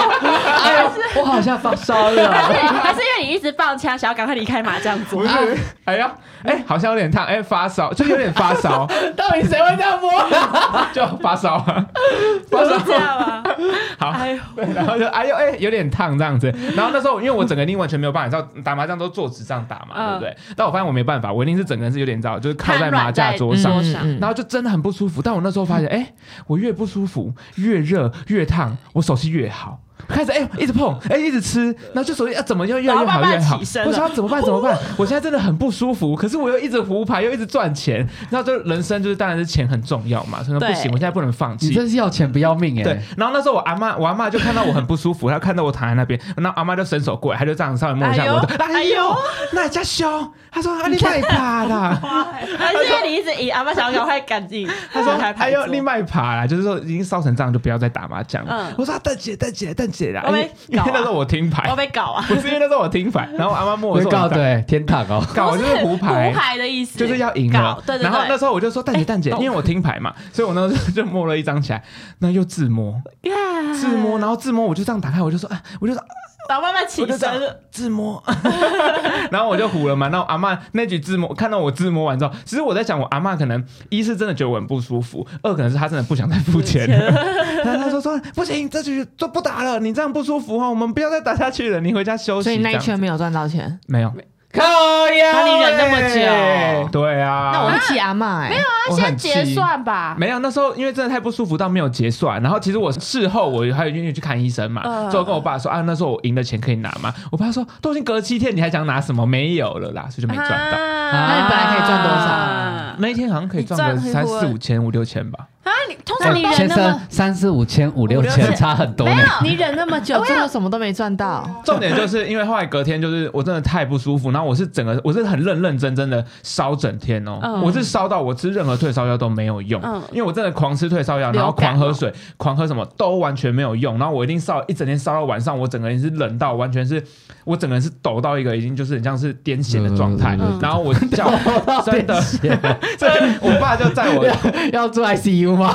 S1: 哎呦，我好像发烧了。
S2: 对，还是因为你一直放枪，想要赶快离开麻将桌
S3: (laughs) 不。是，
S1: 啊
S3: 哎呀，哎，好像有点烫，哎，发烧，就有点发烧，
S1: (laughs) 到底谁会这样摸？
S3: (laughs) 就发烧啊，
S2: (laughs) 不是这样吗？
S3: (laughs) 好，
S2: 哎呦，
S3: 对，然后就哎呦哎、有点烫这样子。然后那时候因为我整个人完全没有办法，你知道打麻将都坐直这样打嘛，对
S2: 嗯
S3: 不对？但我发现我没办法，我一定是整个人是有点你知道，就是靠在麻将桌上
S2: 瘫软在。
S5: 嗯嗯
S3: 然后就真的很不舒服，但我那时候发
S2: 嗯
S3: 现，哎、我越不舒服，越热越烫，我手气越好，开始哎、一直碰，哎、一直吃，然后就手气啊怎么又越来越好
S2: 然后慢慢
S3: 越好
S2: 起身，了
S3: 我想要怎么办怎么办？我现在真的很不舒服，可是我又一直胡牌，又一直赚钱，然后就人生就是当然是钱很重要嘛，所以说不
S2: 对
S3: 行，我现在不能放弃
S1: 你。真是要钱不要命
S3: 对
S1: 哎！，
S3: 然后那时候我阿妈，我阿妈就看到我很不舒服，她看到我躺在那边，然后阿妈就伸手过来，她就这样稍微摸一下我的，哎
S2: 哎
S3: 呦
S2: 呦，
S3: 那家凶，她说啊你卖爬
S2: (laughs)
S3: 啦，
S2: 还是因为你一直赢，阿妈想要赶快赶紧离
S3: 她说
S2: 开
S3: 哎
S2: 牌
S3: 呦
S2: 桌。
S3: 你卖爬啦，就是说已经烧成这样就不要再打麻将了
S2: 嗯。
S3: 我说啊蛋姐蛋姐蛋姐啦，
S2: 我
S3: 因
S2: 被
S3: 为因
S2: 搞啊
S3: 为那时候我听
S2: 我
S3: 牌，
S2: 被搞啊！
S3: (laughs) 不是因为那时候我
S2: (laughs)
S3: 听牌，然后阿妈摸我
S1: 会
S3: 说
S1: 告
S3: 我打
S1: 对天堂
S3: (laughs)
S1: 哦，
S3: 搞，就是胡牌
S2: 胡。牌的意思，
S3: 就是要赢了
S2: 搞，对对对
S3: 然后那时候我就说蛋姐蛋姐，
S2: 哎
S3: 因为我听牌嘛，所以我那时候就摸了一张起来，那又自摸
S2: 哎呀
S3: 自摸，然后自摸我就这样打开，我就说啊，我就说
S2: 然后慢慢起
S3: 我就这样
S2: 身，啊
S3: 自摸， (laughs) 然后我就唬了嘛。然后阿嬷那局自摸，看到我自摸完之后，其实我在想，我阿嬷可能一是真的觉得我很不舒服，二可能是她真的不想再付钱 (laughs) 了。然后她说说不行，这局就不打了，你这样不舒服哦，我们不要再打下去了，你回家休息。
S5: 所以那一
S3: 这样
S5: 圈没有赚到钱。
S3: 没有，
S1: 靠呀
S5: 那你忍那么
S1: 欸
S5: 久
S3: 对啊，
S5: 那我会气阿妈哎，没有啊，
S3: 我
S2: 先
S3: 很气
S2: 结。算吧。
S3: 没有，那时候因为真的太不舒服到没有结算，然后其实我事后我还有愿意去看医生嘛，
S2: 嗯
S3: 所以我跟我爸说啊，那时候我赢的钱可以拿吗？我爸说都已经隔七天，你还想拿什么？没有了啦，所以就没赚到。
S2: 啊
S1: 啊
S5: 那你本来可以赚多少？
S2: 啊！
S3: 那一天好像可以赚个
S2: 你
S3: 三
S2: 赚
S3: 四五千、五六千吧。
S2: 你通常你
S1: 哎
S2: 人
S1: 先
S2: 那么
S1: 生，三四五千五六
S3: 五六
S1: 千
S3: 千
S1: 差很多呢。
S5: 你忍那么久，最后什么都没赚到，。
S3: 重点就是因为后来隔天就是我真的太不舒服，然后我是整个我是很认认真真的烧整天哦，
S2: 嗯
S3: 我是烧到我吃任何退烧药都没有用，
S2: 嗯
S3: 因为我真的狂吃退烧药，然后
S2: 流感哦
S3: 狂喝水、狂喝什么都完全没有用，然后我一定烧一整天烧到晚上，我整个人是冷到完全是我整个人是抖到一个已经就是很像是癫痫的状态，
S1: 嗯
S2: (laughs)
S3: (laughs) 然后我叫真的，真的，我爸就在我
S2: 啊
S1: 要住 ICU
S3: (laughs)
S1: 吗？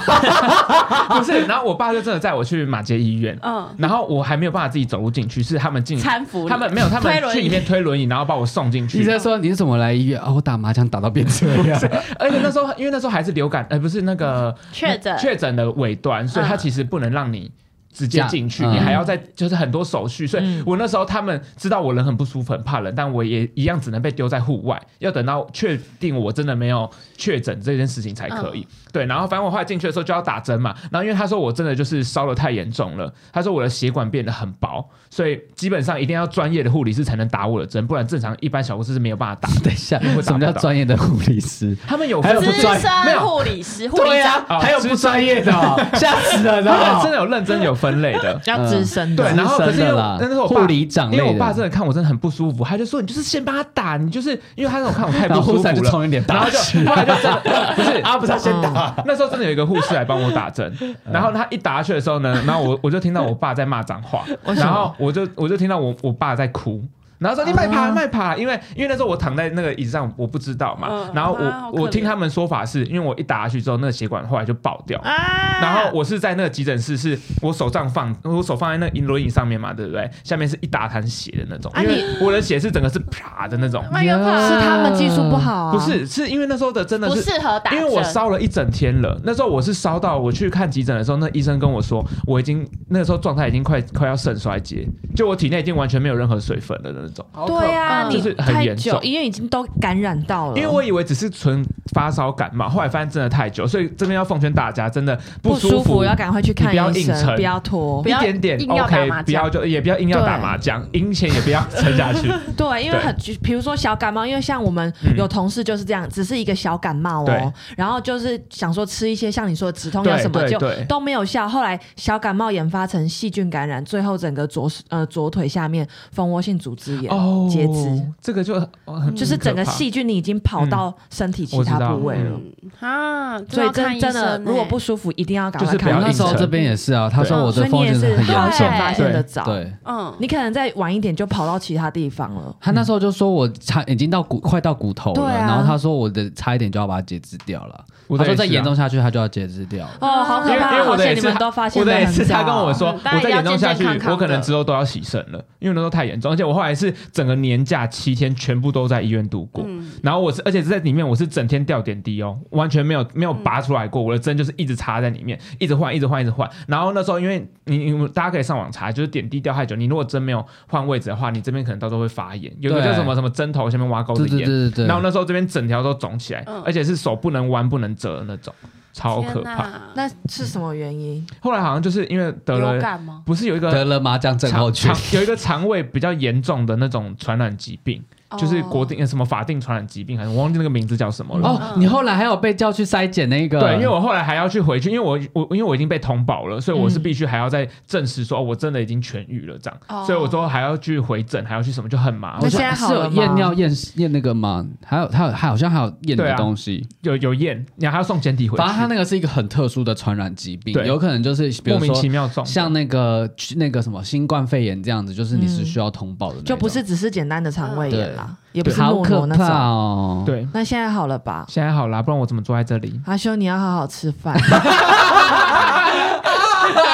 S3: 不是，然后我爸就真的载我去马街医院，
S2: 嗯，
S3: 然后我还没有办法自己走路进去，是他们进，
S2: 搀扶你
S3: 他们没有，他们
S2: 推轮椅
S3: 去里面推轮椅，然后把我送进
S1: 医
S3: 去。
S1: 生说你是怎么来医院啊？我打麻将打到变这样，
S3: 而且那时候，因为那时候还是流感，呃，不是那个
S2: 确诊
S3: 确诊的尾端，所以他其实不能让你。直接进去，
S1: 嗯
S3: 你还要再就是很多手续，所以
S4: 嗯
S3: 我那时候他们知道我人很不舒服，很怕冷，但我也一样只能被丢在户外，要等到确定我真的没有确诊这件事情才可以。对，然后反正我后来进去的时候就要打针嘛，然后因为他说我真的就是烧的太严重了，他说我的血管变得很薄，所以基本上一定要专业的护理师才能打我的针，不然正常一般小护士是没有办法打的。
S1: 等一下，
S3: (laughs) 我打不
S1: 什
S3: 到啊
S1: 么叫专业的护理师？
S3: 他们有
S1: 还有
S3: 分
S1: 不专
S3: 没
S2: 深
S3: 有
S2: 护理师、护
S1: 对
S2: 理
S1: 呀
S2: 长，
S3: 哦
S1: 还有不专业的
S3: (laughs)
S1: 哦，吓死人
S3: 他们
S1: 了！
S3: 真的有认真有分类的
S5: 要资深
S3: 对，
S5: 的，
S3: 然后可是因为
S1: 真的啦
S3: 那时候我爸
S1: 护理长类
S3: (laughs) 因
S1: 的
S3: 为我爸真的看我真的很不舒服，他就说你就是先帮他打，你就是因为 (laughs) 他让我看我太
S1: 然后
S3: 不舒
S1: 护
S3: 服
S1: 士就
S3: 了，
S1: 冲你脸
S3: 然
S1: 打
S3: 后就
S1: 去，
S3: 后来就真的 (laughs) 不是
S1: 啊，不是他先打，
S3: (laughs) 那时候真的有一个护士来帮我打针，
S2: 嗯
S3: 然后他一打下去的时候呢，然后我我就听到我爸在骂脏话，然后我就我就听到我我爸在哭。然后说你
S2: 啊
S3: 卖爬卖爬，因为因为那时候我躺在那个椅子上，我不知道嘛
S2: 嗯。
S3: 然后我、
S2: 啊好可怜
S3: 我听他们说法是，因为我一打下去之后，那个血管后来就爆掉。
S5: 啊
S3: 然后我是在那个急诊室，是我手这样放，我手放在那个轮椅上面嘛，对不对？下面是一大滩血的那种，
S5: 啊
S3: 因为我的血是整个是啪的那种，
S2: 蛮有可能
S5: 是他们技术不好啊，
S3: 不是是因为那时候的真的
S2: 不
S3: 是
S2: 适合打
S3: 因
S2: 针，
S3: 为我烧了一整天了，那时候我是烧到我去看急诊的时候，那医生跟我说，我已经那个时候状态已经快快要肾衰竭，就我体内已经完全没有任何水分的那种。
S4: 哦对啊呀、
S2: 嗯
S4: 你
S3: 就是很
S4: 太
S3: 严
S4: 久
S3: 重，
S4: 因为已经都感染到了。
S3: 因为我以为只是纯发烧感冒，后来发现真的太久，所以这边要奉劝大家，真的
S4: 不
S3: 舒
S4: 舒服要赶快去看
S3: 你不要
S4: 医
S3: 硬撑
S4: 生，不要拖
S2: 不。要
S3: 一点点
S2: 硬要打
S3: OK，
S2: 麻
S3: 不要
S2: 将
S3: 就也不要硬要打
S4: 对
S3: 麻将，赢钱也不要撑下去。
S4: 对，因为
S3: 对
S4: 很，就比如说小感冒，因为像我们
S3: 嗯
S4: 有同事就是这样，只是一个小感冒
S3: 对
S4: 哦，然后就是想说吃一些像你说的止痛药
S3: 嗯对
S4: 什么，
S3: 对
S4: 就
S3: 对，
S4: 都没有效。后来小感冒研发成细菌感染，最后整个左呃左腿下面蜂窝性组织炎，
S3: 哦
S4: 截肢，
S3: 这个就哦很
S4: 就是整个
S3: 很可怕
S4: 细菌你已经跑
S3: 嗯
S4: 到身体其他部位了。
S2: 嗯啊，
S4: 所以真
S2: 看欸
S4: 真的，如果不
S2: 舒
S4: 舒服，一定要赶快
S3: 就是不
S4: 看
S3: 要
S1: 我
S4: 医
S1: 那
S4: 生。
S1: 时候这边也是啊，他说我
S4: 哦所
S1: 的
S4: 以你
S1: 风
S4: 也
S1: 险
S4: 是
S1: 很
S4: 好
S1: 严
S4: 险
S1: 重。
S4: 发现的早，
S1: 对，
S2: 嗯，
S4: 你可能再晚一点就跑到其他地方了。
S1: 他
S3: 嗯
S1: 那时候就说我差已经到骨快到骨头了，
S4: 对啊
S1: 然后他说我的差一点就要把它截肢掉了。
S3: 我
S1: 他
S3: 的
S1: 说
S3: 也是
S1: 再
S3: 啊
S1: 严重下去他就要截肢掉了。
S4: 哦，好可
S3: 因为因
S4: 怕！
S3: 为我
S4: 好
S3: 的
S4: 险
S3: 也
S4: 你
S3: 是
S4: 们都发现
S3: 我
S4: 得
S3: 的也
S4: 很
S3: 是
S4: 早。
S3: 他跟我说，
S2: 嗯大家
S3: 我再严重下去
S2: 要健健康康，的
S3: 我可能之后都要洗肾了，因为那时候太严重，而且我后来是整个年假七天全部都在医院度过。
S2: 嗯
S3: 然后我是，而且是在里面，我是整天吊点滴哦，完全没有没
S2: 嗯
S3: 有拔出来过，我的针就是一直插在里面，一直换，一直换，一直换。然后那时候因为你你大家可以上网查，就是点滴吊太久，你如果针没有换位置的话，你这边可能到时候会发炎，有一个
S1: 对
S3: 叫什么什么针头下面挖沟
S1: 对
S3: 子
S1: 对
S3: 炎。
S1: 对对
S3: 哦然后
S1: 对，
S3: 那时候这边整条都肿起来
S2: 嗯，
S3: 而且是手不能弯、不能折的那种，超可
S2: 天
S3: 怕。
S2: 哪
S4: 那是什么原因？
S3: 后来好像就是因为得了
S2: 流感吗？
S3: 不是有一
S1: 得
S3: 个
S1: 了麻将症候群
S3: 肠肠，有一个肠胃比较严重的那种传染疾病，
S2: 哦
S3: 就是国定呃什么法定传染疾病，还是我忘记那个名字叫什么
S1: (laughs)
S3: 了。
S1: 哦，你后来还有被叫去筛检那个？
S3: 嗯对，因为我后来还要去回去，因为我我因为我已经被通报了，所以我是
S4: 嗯
S3: 必须还要再证实说、哦我真的已经痊愈了这样，
S2: 哦
S3: 所以我之后还要去回诊，还要去什么就很麻
S4: 那
S1: 啊
S3: 烦。
S4: 现在好
S1: 是
S4: 了
S1: 有
S4: 吗
S1: 验尿验验那个吗？还有还有还好像还有验
S3: 对
S1: 的
S3: 啊
S1: 东西。
S3: 有有验，你还要送检体回去
S1: 反，正他那个是一个很特殊的传染疾病，
S3: 对
S1: 有可能就是比
S3: 莫
S1: 如
S3: 名其
S1: 说
S3: 妙中。
S1: 像那个那个什么新冠肺炎这样子，就是你
S3: 嗯
S1: 是需要通报的那种，
S4: 就不是只是简单的肠胃炎啦，也不是
S1: 好
S4: 诺
S1: 可
S4: 诺那种。
S1: 怕哦。
S3: 对，
S4: 那现在好了吧？？
S3: 现在好啦，不然我怎么坐在
S2: (laughs)
S3: 这里
S4: 阿修，你要好好吃饭。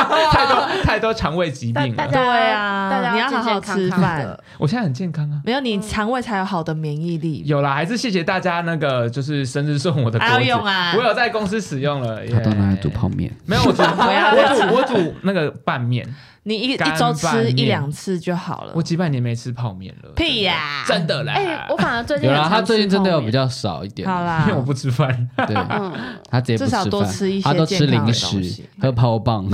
S3: 太多太多肠胃疾
S2: 大
S3: 病
S2: 大
S3: 了，
S2: 家
S4: 对啊
S2: 大家
S4: 你要好好
S2: 健健
S4: 吃
S2: 康康
S4: 饭
S2: 的
S3: 我现在很健康啊。
S4: 没有你肠胃才有好的免疫力。
S3: 有啦，还是谢谢大家那个就是生日送我的锅
S4: 还要
S2: 哎
S3: 子
S4: 用啊
S3: 我有在公司使用了，耶
S1: 他都拿来煮泡面，
S3: 没有
S2: (laughs)
S3: 我煮
S4: 不要这样
S3: 我煮我煮那个拌面，
S4: 你一
S3: 干
S4: 一周
S3: 拌
S4: 吃
S3: 面
S4: 一两次就好了
S3: 我。几百年没吃泡面了，
S4: 屁呀！
S3: 真的，真的啦，
S2: 哎，我反而最近
S1: 有
S2: 很
S1: 啦，
S2: 常
S1: 他最近
S2: 吃
S1: 真的有
S2: 泡
S1: 比
S2: 面
S1: 较少一点，
S4: 好
S3: (laughs) 因为我
S4: 啦，
S3: 不吃饭，
S4: (laughs)
S1: 对，
S2: 嗯，
S1: 他直接不
S4: 至
S1: 吃
S4: 少
S1: 饭，
S4: 多吃一些
S1: 他都吃
S4: 健康的
S1: 零
S4: 东
S1: 食
S4: 西，
S1: 喝泡棒。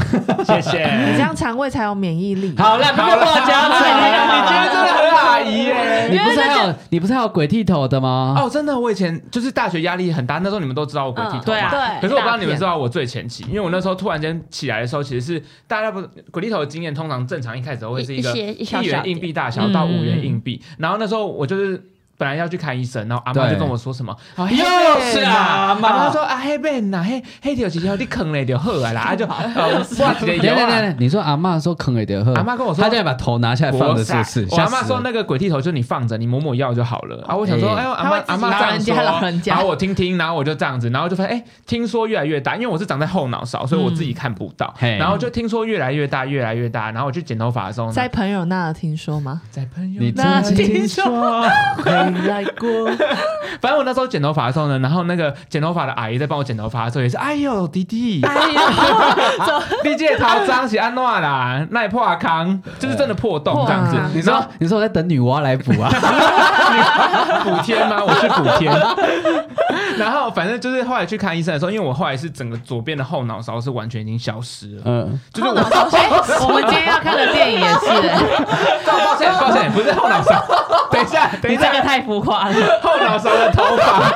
S3: 谢谢。
S2: (laughs)
S4: 你这样肠胃才有免疫力。
S1: (laughs) 好了，不要乱加
S3: 哎 (laughs) 你你今天
S1: 菜
S3: 真的很阿姨
S1: (laughs)
S3: 耶！
S1: 你不是还有你不是还有鬼剃头的吗？
S3: 哦，真的，我以前就是大学压力很大，那时候你们都知道我鬼剃头嘛、
S2: 嗯对啊对
S3: 可是我不知道你们知道我最前期，因为我那时候突然间起来的时候，其实是大家不鬼剃头的经验，通常正常一开始都会是
S2: 一
S3: 一个
S2: 一些一小
S3: 一
S2: 小
S3: 元
S2: 点
S3: 硬币大小到
S4: 嗯
S3: 五元硬币，然后那时候我就是。本来要去看医生，然后阿妈就
S1: 对
S3: 跟我说什么，
S5: 哦
S3: 啊
S1: 又是阿嬷
S3: 妈说啊黑妹呐，黑黑条几条你坑了就好啊啦，
S5: (laughs)
S3: 啊就
S1: 等一下等一
S3: 哇几
S1: 下等一下，你说阿嬷说坑了一点喝，
S3: 啊阿嬷跟我说
S1: 她叫你把头拿下来放的是不是？
S3: 我阿
S1: 吓
S3: 妈
S1: 死
S3: 说
S1: 人
S3: 那个鬼剃头就是你放着，你抹抹药就好了。啊，我想说，
S1: 哎
S3: 哎呦，阿妈阿
S5: 嗯她会自己
S3: 妈这样说，
S5: 老人家老人家
S3: 然后我听听，然后我就这样子，然后就发现，哎，听说越来越大，因为我是长在后脑勺，所以我自己看不到。
S1: 嘿
S3: 然后就听说越来越大，越来越大，然后我去剪头发的时候呢，
S5: 在朋友那听说吗？
S3: 在朋友
S1: 你
S3: 那
S1: 真
S3: 听说。
S4: (laughs)
S5: 没来过，
S3: (laughs)
S4: 啊
S1: (laughs)
S3: 反正我那时候剪头发的时候呢，然后那个剪头发的阿姨在帮我剪头发的时候也是，哎呦，弟弟，
S5: 啊
S3: 哎呦，
S2: (laughs)
S3: 你这个头脏是安怎啦？啊那破康就是真的破洞这样子
S5: 破。
S1: 你说你说我在等女娲来补
S3: (laughs)
S1: 啊？
S3: 补天吗？我是补天。
S5: (laughs)
S3: 然后反正就是后来去看医生的时候，因为我后来是整个左边的后脑勺是完全已经消失了，
S1: 嗯，
S3: 就是我
S5: 脑勺哎我们今天要看的电影也是，哎
S3: 抱歉抱歉，不是后脑勺，等一下等一
S5: 你这
S3: 下
S5: 个，太浮夸了。
S3: 后脑勺的头发，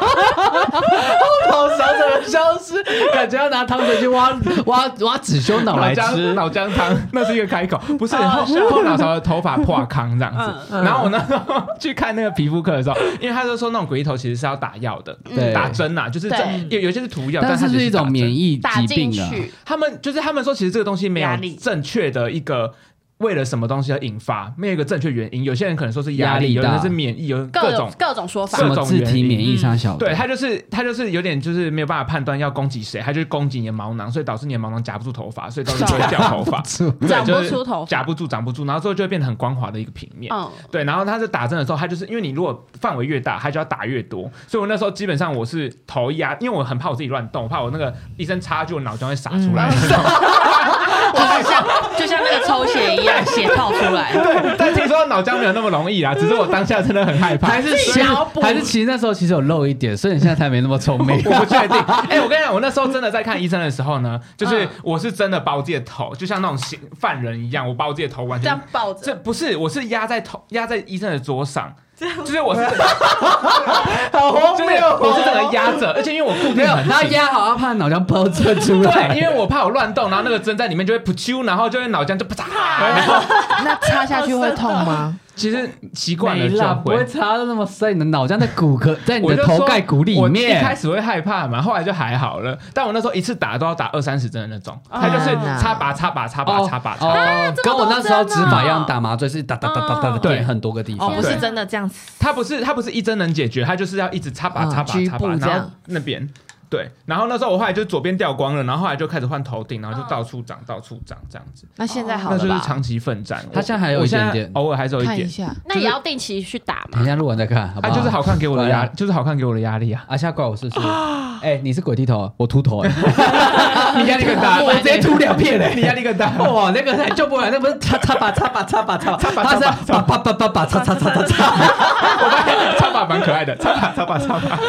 S1: 头勺怎么消失？感觉要拿汤水去挖 (laughs) 挖挖紫修 (laughs) 脑
S3: 脑
S1: 来
S3: 浆
S1: 吃。
S3: (laughs) 脑浆汤，那是一个开口，不
S2: 哦
S3: 是后
S2: 啊
S3: 后脑勺的头发破康这样
S2: 嗯
S3: 子。然后我那时候去看那个皮肤科的时候，因为他就说那种鬼剃头其实是要打药的，
S1: 对
S3: 打针呐，就是这
S2: 对
S3: 有有些是涂药，
S1: 但是
S3: 它
S1: 不
S3: 其实
S1: 是一
S3: 打
S1: 种
S3: 针
S1: 免疫
S2: 打
S1: 疾
S2: 进
S1: 病啊？
S2: 去，
S3: 他们就是他们说，其实这个东西没有
S2: 压力
S3: 正确的一个为了什么东西而引发，没有一个正确原因。有些人可能说是
S1: 压
S3: 压力，
S1: 力
S3: 有
S1: 大
S3: 人是免疫，有人
S2: 各
S3: 各
S2: 种
S3: 种。
S2: 各种说法
S1: 什。么自体免疫上小的？
S3: 对他就是他就是有点就是没有办法判断要攻击谁，他就是攻击你的毛囊，所以导致你的毛囊夹不住头发，所以导致就会掉头
S2: (laughs)
S3: 发，
S2: 长不
S3: 对就是
S2: 出头发
S3: 夹不住长不住，然后最后就会变得很光滑的一个平面。
S2: 嗯，
S3: 对，然后他是打针的时候，他就是因为你如果范围越大，他就要打越多，所以我那时候基本上我是头压，因为我很怕我自己乱动，我怕我那个医生插就我脑浆会洒出来。
S2: 嗯
S5: 就
S2: (laughs)
S5: 像就像那个抽血一样，血套出来。
S3: 对，但听说脑浆没有那么容易啊，只是我当下真的很害怕， (laughs)
S1: 还是其实还是其实那时候其实有漏一点，所以你现在才没那么聪明。
S3: 我不确定。哎、我跟你讲，我那时候真的在看医生的时候呢，就是我是真的把我自己的头，就像那种刑犯人一样，我把我自己的头完
S2: 这
S3: 全
S2: 样。抱
S3: 这
S2: 着，
S3: 不是，我是压在头，压在医生的桌上，就是我是，
S1: (laughs) 好荒哦
S3: 就是我是整个压着，而且因为我固
S1: 没
S3: 定
S1: 有，
S3: 很
S1: 他
S3: 紧，
S1: 压好，他怕脑浆爆射出来。
S3: 对，因
S1: (laughs)
S3: 为我怕我乱动，然后那个针在里面就会噗啾，然后就会脑浆就啪嚓，然后
S5: (laughs) 那插下去会痛吗？
S3: 其实习惯了
S1: 没
S3: 就
S1: 啦，不会插到那么深，你的脑浆在骨骼，在你
S3: 我
S1: 的
S3: 就
S1: 头
S3: 说
S1: 盖骨里
S3: 我一开
S1: 面。
S3: 始会害怕嘛，后来就还好了。但我那时候一次打都要打二三十针的那种，他就是插拔插拔插拔插拔插拔，
S1: 哦，跟我那时候指法一样，打麻醉是打打打打打
S2: 嗯
S1: 打，
S3: 对
S1: 点很多个地
S5: 哦，
S1: 方
S5: 不。是真的这样子，
S3: 他不是他不是一针能解决，他就是要一直插拔
S5: 嗯
S3: 插拔
S5: 局
S3: 插拔，
S5: 部这
S3: 然后
S5: 样
S3: 那边。对，然后那时候我后来就左边掉光了，然后后来就开始换头顶，然后就到处长，到处长这样子，
S5: 那现在好
S3: 那
S5: 了
S3: 就是
S5: 吧？
S3: 长期奋战。
S1: 他
S3: 我
S1: 现在还有一
S3: 我现
S1: 点点
S3: 在偶尔还是有一
S5: 看一
S3: 点，
S5: 下，
S2: 那也要定期去打
S1: 等一
S2: 嘛。
S1: 下录完再看，好不
S3: 他
S1: 好？
S3: 啊就是好看给我的
S1: 好
S3: 压，
S1: 啦
S3: 就是好看给我的压力啊
S1: (laughs) 。啊，下怪我是不是？哎，你是鬼剃头，我秃头，哎，
S3: (laughs) 你压力更大，
S1: (laughs) 我直接秃两片
S3: (laughs)
S1: 嘞
S3: 你。压力更大。
S1: 哇，那个才救不来，那不是擦擦吧擦吧擦吧擦吧，他是叭叭叭叭叭擦擦擦擦擦。
S3: 我发现插拔蛮可爱的，插
S1: (laughs)
S3: 拔插拔插拔。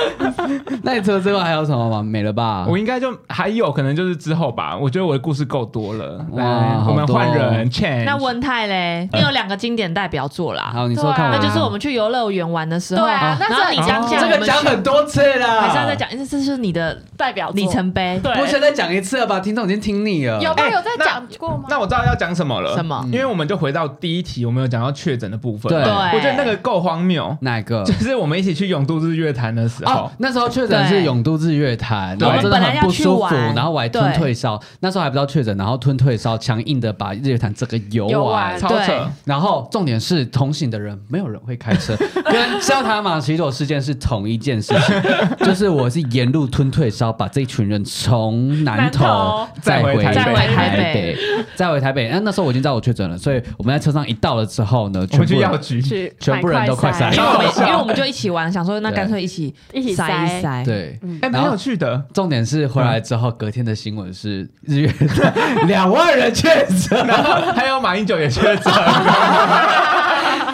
S1: 那你除了这个还有什么吗？没了吧？
S3: 我应该就还有可能就是之后吧，我觉得我的故事够多了，
S1: 哇
S3: 来
S1: 好多哦
S3: 我们换人 change。
S4: 那
S3: 我
S4: 文泰嘞，
S3: 嗯
S4: 你有两个经典代表作啦，
S1: 好，你说看
S3: 哦
S1: 我
S4: 那
S1: 的，
S4: 就是我们去游乐园玩的时候，
S2: 对啊那
S4: 然后
S2: 这
S4: 你讲讲
S5: 哦
S1: 这
S4: 我
S1: 个
S4: 们
S1: 讲
S4: 去
S1: 很多次了，
S4: 还是要再，讲，因为这是你的
S2: 代表
S4: 里程碑。
S2: 对
S1: 不是再讲一次了吧？听众已经听腻了，
S2: 有吧？
S3: 哎
S2: 有在
S3: 那
S2: 讲过吗？
S3: 那我知道要讲什么了，
S4: 什么
S3: 因为我们就回到第一题，我们有讲到确诊的部分。
S1: 对
S3: 我觉得那个够荒谬，
S1: 哪一个
S3: 就？是我们一起去永渡日月潭的时候
S1: 哦，，那时候确诊是永都日月潭，
S3: 对
S1: 然后真的
S4: 我们本来
S1: 很
S4: 要
S1: 不
S4: 去
S1: 舒服，
S4: 玩
S1: 然后我还吞退烧，那时候还不知道确诊，然后吞退烧，强硬的把日月潭整个游
S2: 游
S1: 完
S2: 完。
S3: 超
S4: 对
S3: 扯。
S1: 然后重点是，同行的人没有人会开车，跟教堂马奇朵事件是同一件事情，就是我是沿路吞退烧，把这一群人从南头
S2: 南
S1: 再回
S3: 再
S4: 回台
S1: 台
S4: 北
S1: 北，再回台北。那哎那时候我已经知道我确诊了，所以我们在车上一到了之后呢，
S3: 我
S1: 全
S3: 们
S1: 部
S3: 去
S1: 人
S3: 药局，
S2: 去
S1: 全部人都快
S2: 买快
S1: 塞
S4: 因
S2: 塞
S4: 为我们
S3: 哦好笑
S4: 因为我们就一起玩，想说那干脆一起
S2: 一起
S4: 塞一
S2: 塞，
S4: 塞。
S1: 对。
S3: 哎，蛮有
S1: (laughs)
S3: 趣的。
S1: 重点是回来之后，隔天的新闻是日月潭两万人确诊，
S3: 然后还有马英九也确诊，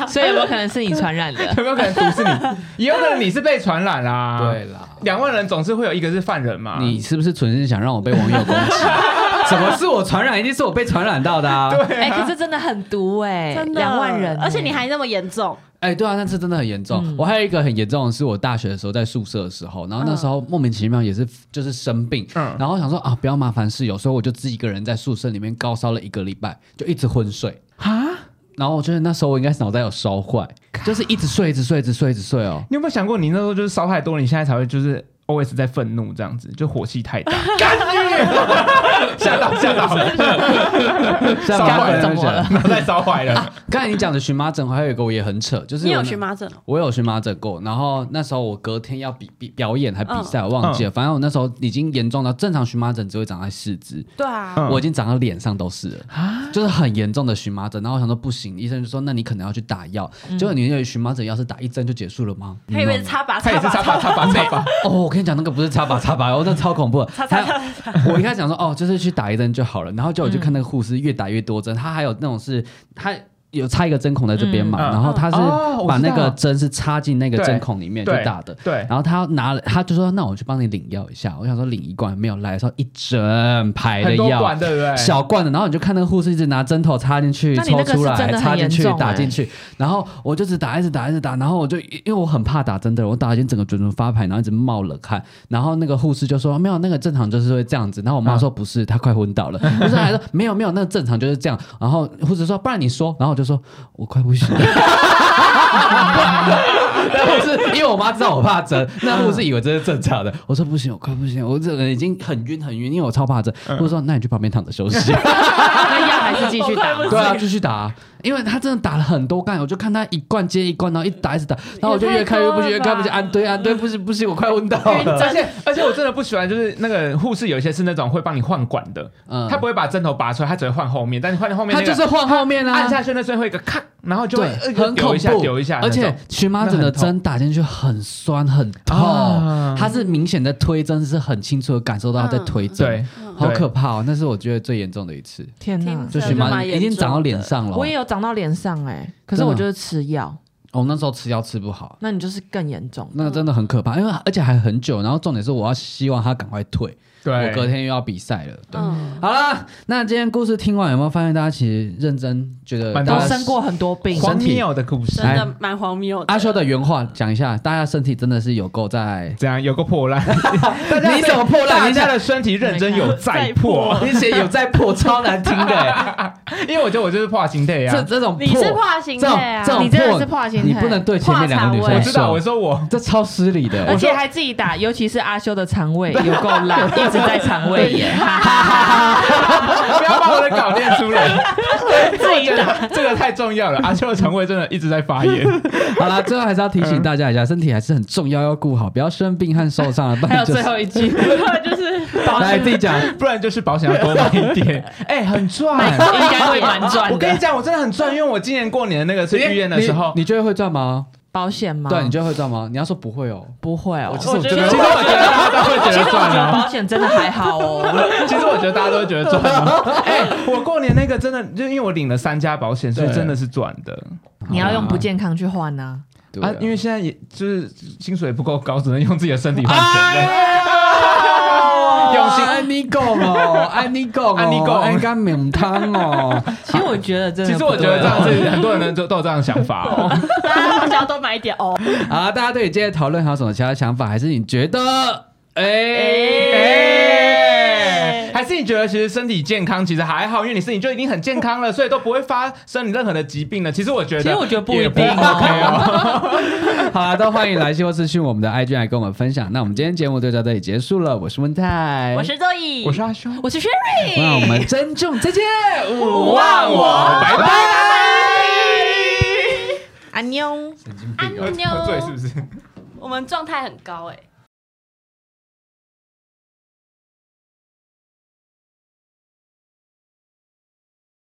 S4: 所以有没有可能是你传染
S5: (laughs)
S4: 的？
S3: (laughs) 有没有可能毒是你？也有可能你是被传染啦。
S1: 对，啦，
S3: 两万人总是会有一个是犯人嘛。
S1: 你是不是纯是想让我被网友攻击？怎么是我传染？一定是我被传染到的啊！对，
S4: 哎，可是真的很毒哎，
S2: 真的
S4: 两万人，
S2: 而且你还那么严重，
S1: 哎，对啊，那次真的很严
S2: 嗯
S1: 重。我还有一个很严重的是，我大学的时候在宿舍的时候，然后那时
S2: 嗯
S1: 候莫名其妙也是就是生病，
S3: 嗯
S1: 然后想说啊不要麻烦室友，所以我就自己一个人在宿舍里面高烧了一个礼拜，就一直昏睡。
S3: 啊，
S1: 然后我觉得那时候我应该是脑袋有烧坏，就是一直睡，一直睡，一直睡，一直睡
S2: (laughs)
S1: 哦。
S3: 你有没有想过，你那时候就是烧太多，你现在才会就是 always 在愤怒这样子，就火气
S1: (laughs)
S3: 太大，干你！ (laughs) 吓到吓到，
S1: 吓
S3: 烧坏
S1: 坏
S3: 了，
S1: 了
S3: 了？脑袋烧
S1: (laughs)
S3: 坏了。
S1: 刚才你讲的荨麻疹，还有一个我也很扯，就是
S2: 你有
S1: 我那
S2: 荨麻疹哦？
S1: 我有荨麻疹过，然后那时候我隔天要比比表演还
S2: 嗯
S1: 比赛，我忘记了，反正我那时候已经严重到正常荨麻疹只会长在四肢，
S2: 对啊，
S3: 嗯啊
S1: 我已经长到脸上都是了，就是很严重的荨麻疹。然后我想说不行，医生就说那你可能要去打药。
S3: 嗯
S1: 结果你那个荨麻疹药是打一针就结束了吗？
S2: 他以为是擦把
S3: 他也
S2: 擦
S3: 是
S2: 把
S3: 插拔插
S1: (laughs)
S3: 拔插拔，
S1: 哦，我跟你讲，那个不是插拔插拔，哦，那超恐
S3: (laughs)
S1: 怖的。
S2: 擦擦擦，
S1: 还有我一开始想说，哦，就是去打一针就好了，然后结果我就看那个护士越打越多针，他还有那种是他。有插一个针孔在这边嘛，
S3: 嗯嗯
S1: 然后他是
S3: 哦我
S1: 把
S3: 知
S1: 那个
S3: 道
S1: 针是插进那个
S3: 对
S1: 针孔里面去
S3: 对
S1: 打的，
S3: 对，
S1: 然后他拿了，他就说：“那我去帮你领药一下。”我想说领一罐没有来的时候，一整排的
S3: 很多
S1: 药
S3: 管，对不对？
S1: 小罐的，然后你就看那个护士一直拿针头插进去，
S4: 那你
S1: 抽
S4: 那个是
S1: 出来
S4: 真，的很
S1: 插进去
S4: 严，重
S1: 打
S4: 欸
S1: 进去，然后我就只打，一直打，一直打，然后我就因为我很怕打针的，我打已经整个嘴唇发白，然后一直冒冷汗，然后那个护士就说没有，那个正常就是会这样子，然后我
S4: 嗯
S1: 妈说不是，她快昏倒了，护士还说没有没有，那个正常就是这样，然后护士说不然你说，然后我就说我快不行了。 (laughs) 那护士因为我妈知道我怕针，那护士以为这是正常的。我说不行，我快不行，我这个人已经很晕很晕，因为我超怕针。
S4: 嗯
S1: 护士说那你去旁边躺着休息。
S5: 那药还是继续
S1: (laughs)
S5: 打吗？
S1: 对啊，继续打、啊，因为他真的打了很多罐，我就看他一罐接一罐，然后一直打一直打，然后我就越看越不行，越看越不行，安堆安堆，不行不行，我快昏倒了。
S3: (laughs) 而且而且我真的不喜欢，就是那个护士有一些是那种会帮你换管的，
S1: 嗯
S3: 他不会把针头拔出来，他只会换后面，但你换后面
S1: 他
S3: 那个
S1: 就是换后面啊，
S3: 按下去那瞬间会有一个咔，然后就会
S1: 对
S3: 呃，
S1: 很
S3: 扭
S1: 恐
S3: 一下
S1: 怖，
S3: 扭一下那
S1: 而
S3: 种，
S1: 且荨麻疹的针打进去很酸很痛
S3: 啊，
S1: 它是明显的推针，是很清楚的感受到他在推针，
S3: 对，
S1: 好
S3: 对
S1: 可怕哦！那是我觉得最严重的一次，
S4: 天哪
S2: 天！
S1: 就
S2: 这
S1: 荨
S2: 就
S1: 麻
S2: 蛮
S1: 疹
S2: 严
S1: 已经长到
S2: 重
S1: 脸
S2: 的
S1: 上了。
S4: 我也有长到脸上哎、可是
S1: 真的
S4: 我就是吃药，
S1: 哦，那时候吃药吃不好，
S4: 那你就是更严重。
S1: 那个真的很可怕，因为而且还很久。然后重点是我要希望他赶快退，
S3: 对，
S1: 我隔天又要比赛了。对，
S2: 嗯，
S1: 好啦，那今天故事听完有没有发现大家其实认真觉得
S3: 蛮
S1: 大
S4: 都
S1: 家
S3: 多
S4: 生过很多病，
S3: 荒
S1: 身体哎
S3: 谬的故事
S2: 真，的蛮荒谬的。
S1: 阿修的原话讲一下，大家身体真的是有够在。
S3: 怎样有个破烂，大家
S1: (laughs) 你怎么破烂
S3: 大
S1: 你
S3: 家
S1: 想
S3: 的身体认真有在破，
S1: 你写有在破，超难听的、欸。
S3: (laughs) 因为我觉得我就是破心态啊
S1: 这
S3: 呀。
S1: 这种
S2: 你是跨型
S1: 这
S2: 的
S1: 种
S2: 啊
S1: 这？种
S5: 你真的
S1: 破
S5: 是跨心态
S1: 你不能对前面两个女
S5: 跨
S1: 生
S5: 肠
S3: 啊我知道，
S1: 说，
S3: 我说我
S1: 这超失礼的。
S4: 而
S1: 我
S4: 且还自己打，尤其是阿修的肠胃有够烂，一直在肠胃 (laughs) 炎。
S3: 不要把我的稿念出
S1: (laughs)
S3: 来，自己 (laughs) 打，这个太重要了。阿秋的肠胃真的一直在发炎，
S1: (laughs) 好啦，最后还是要提醒大家一下，身体还是很重要，要顾好，不要生病和受伤了。不
S4: 还
S3: (laughs)
S4: 有
S1: 然就
S4: 最
S1: 是
S4: 后一句，
S1: 来哎自己讲，
S3: 不然就是保险要多买一
S1: (laughs)
S3: 点。哎，很赚，
S4: 应该会蛮
S3: 我
S4: 赚
S3: 跟你
S4: 的。
S3: 讲，我真的很赚，因为我今年过年那个去医院的时候，
S1: 你觉得会赚吗？
S4: 保险吗？
S1: 对，你觉得会赚吗？你要说不会哦。
S4: 不会哦。
S1: 其实我觉
S3: 其实
S1: 得
S3: 我觉得大家都会觉
S4: 其实
S3: 得
S4: 我
S3: 赚啊
S4: 觉得
S3: 哦。
S4: 保险真的还好哦。
S3: (laughs) 其实我觉得大家都会觉得赚哦。 (laughs) 哎，我过年那个真的，就因为我领了三家保险，所以
S1: 对
S3: 真的是赚的
S4: 你要用不健康去换呐。
S1: 对
S3: 啊。因为现在也就是薪水不够高，只能用自己的身体
S1: 啊
S3: 换钱了。
S1: 哎
S3: (laughs) 用心
S1: 安妮讲哦，安妮讲哦，
S3: 安妮讲
S1: 安干面汤哦。 (laughs)
S4: 其实我觉得真的，
S3: 其
S4: 啊
S3: 实我觉得这样是很多人都都有这样的想法哦。 (laughs)
S2: 大家好像都买一点哦。
S1: 好啊啦，大家对你今天的讨论还有什么其他想法？还是你觉得？哎、
S3: 哎，还是你觉得其实身体健康其实还好，因为你身体就已经很健康了，所以都不会发生你任何的疾病了。其实我觉得，
S4: 其实我觉得不一定
S1: (laughs)
S3: 也 OK 哦。
S1: 好啦，都欢迎来信或私讯我们的 IG 来跟我们分享。那我们今天节目就到这里结束了，我是温泰，
S2: 我是周易，
S3: (laughs) 我是阿修，
S4: 我是 Sherry，
S1: 那我们珍重，再见，勿
S3: 忘
S2: 哦
S3: 我，拜拜。
S4: 安妞。
S2: 安妞
S3: 喝醉是不是？
S2: 我们状态很高哎、欸。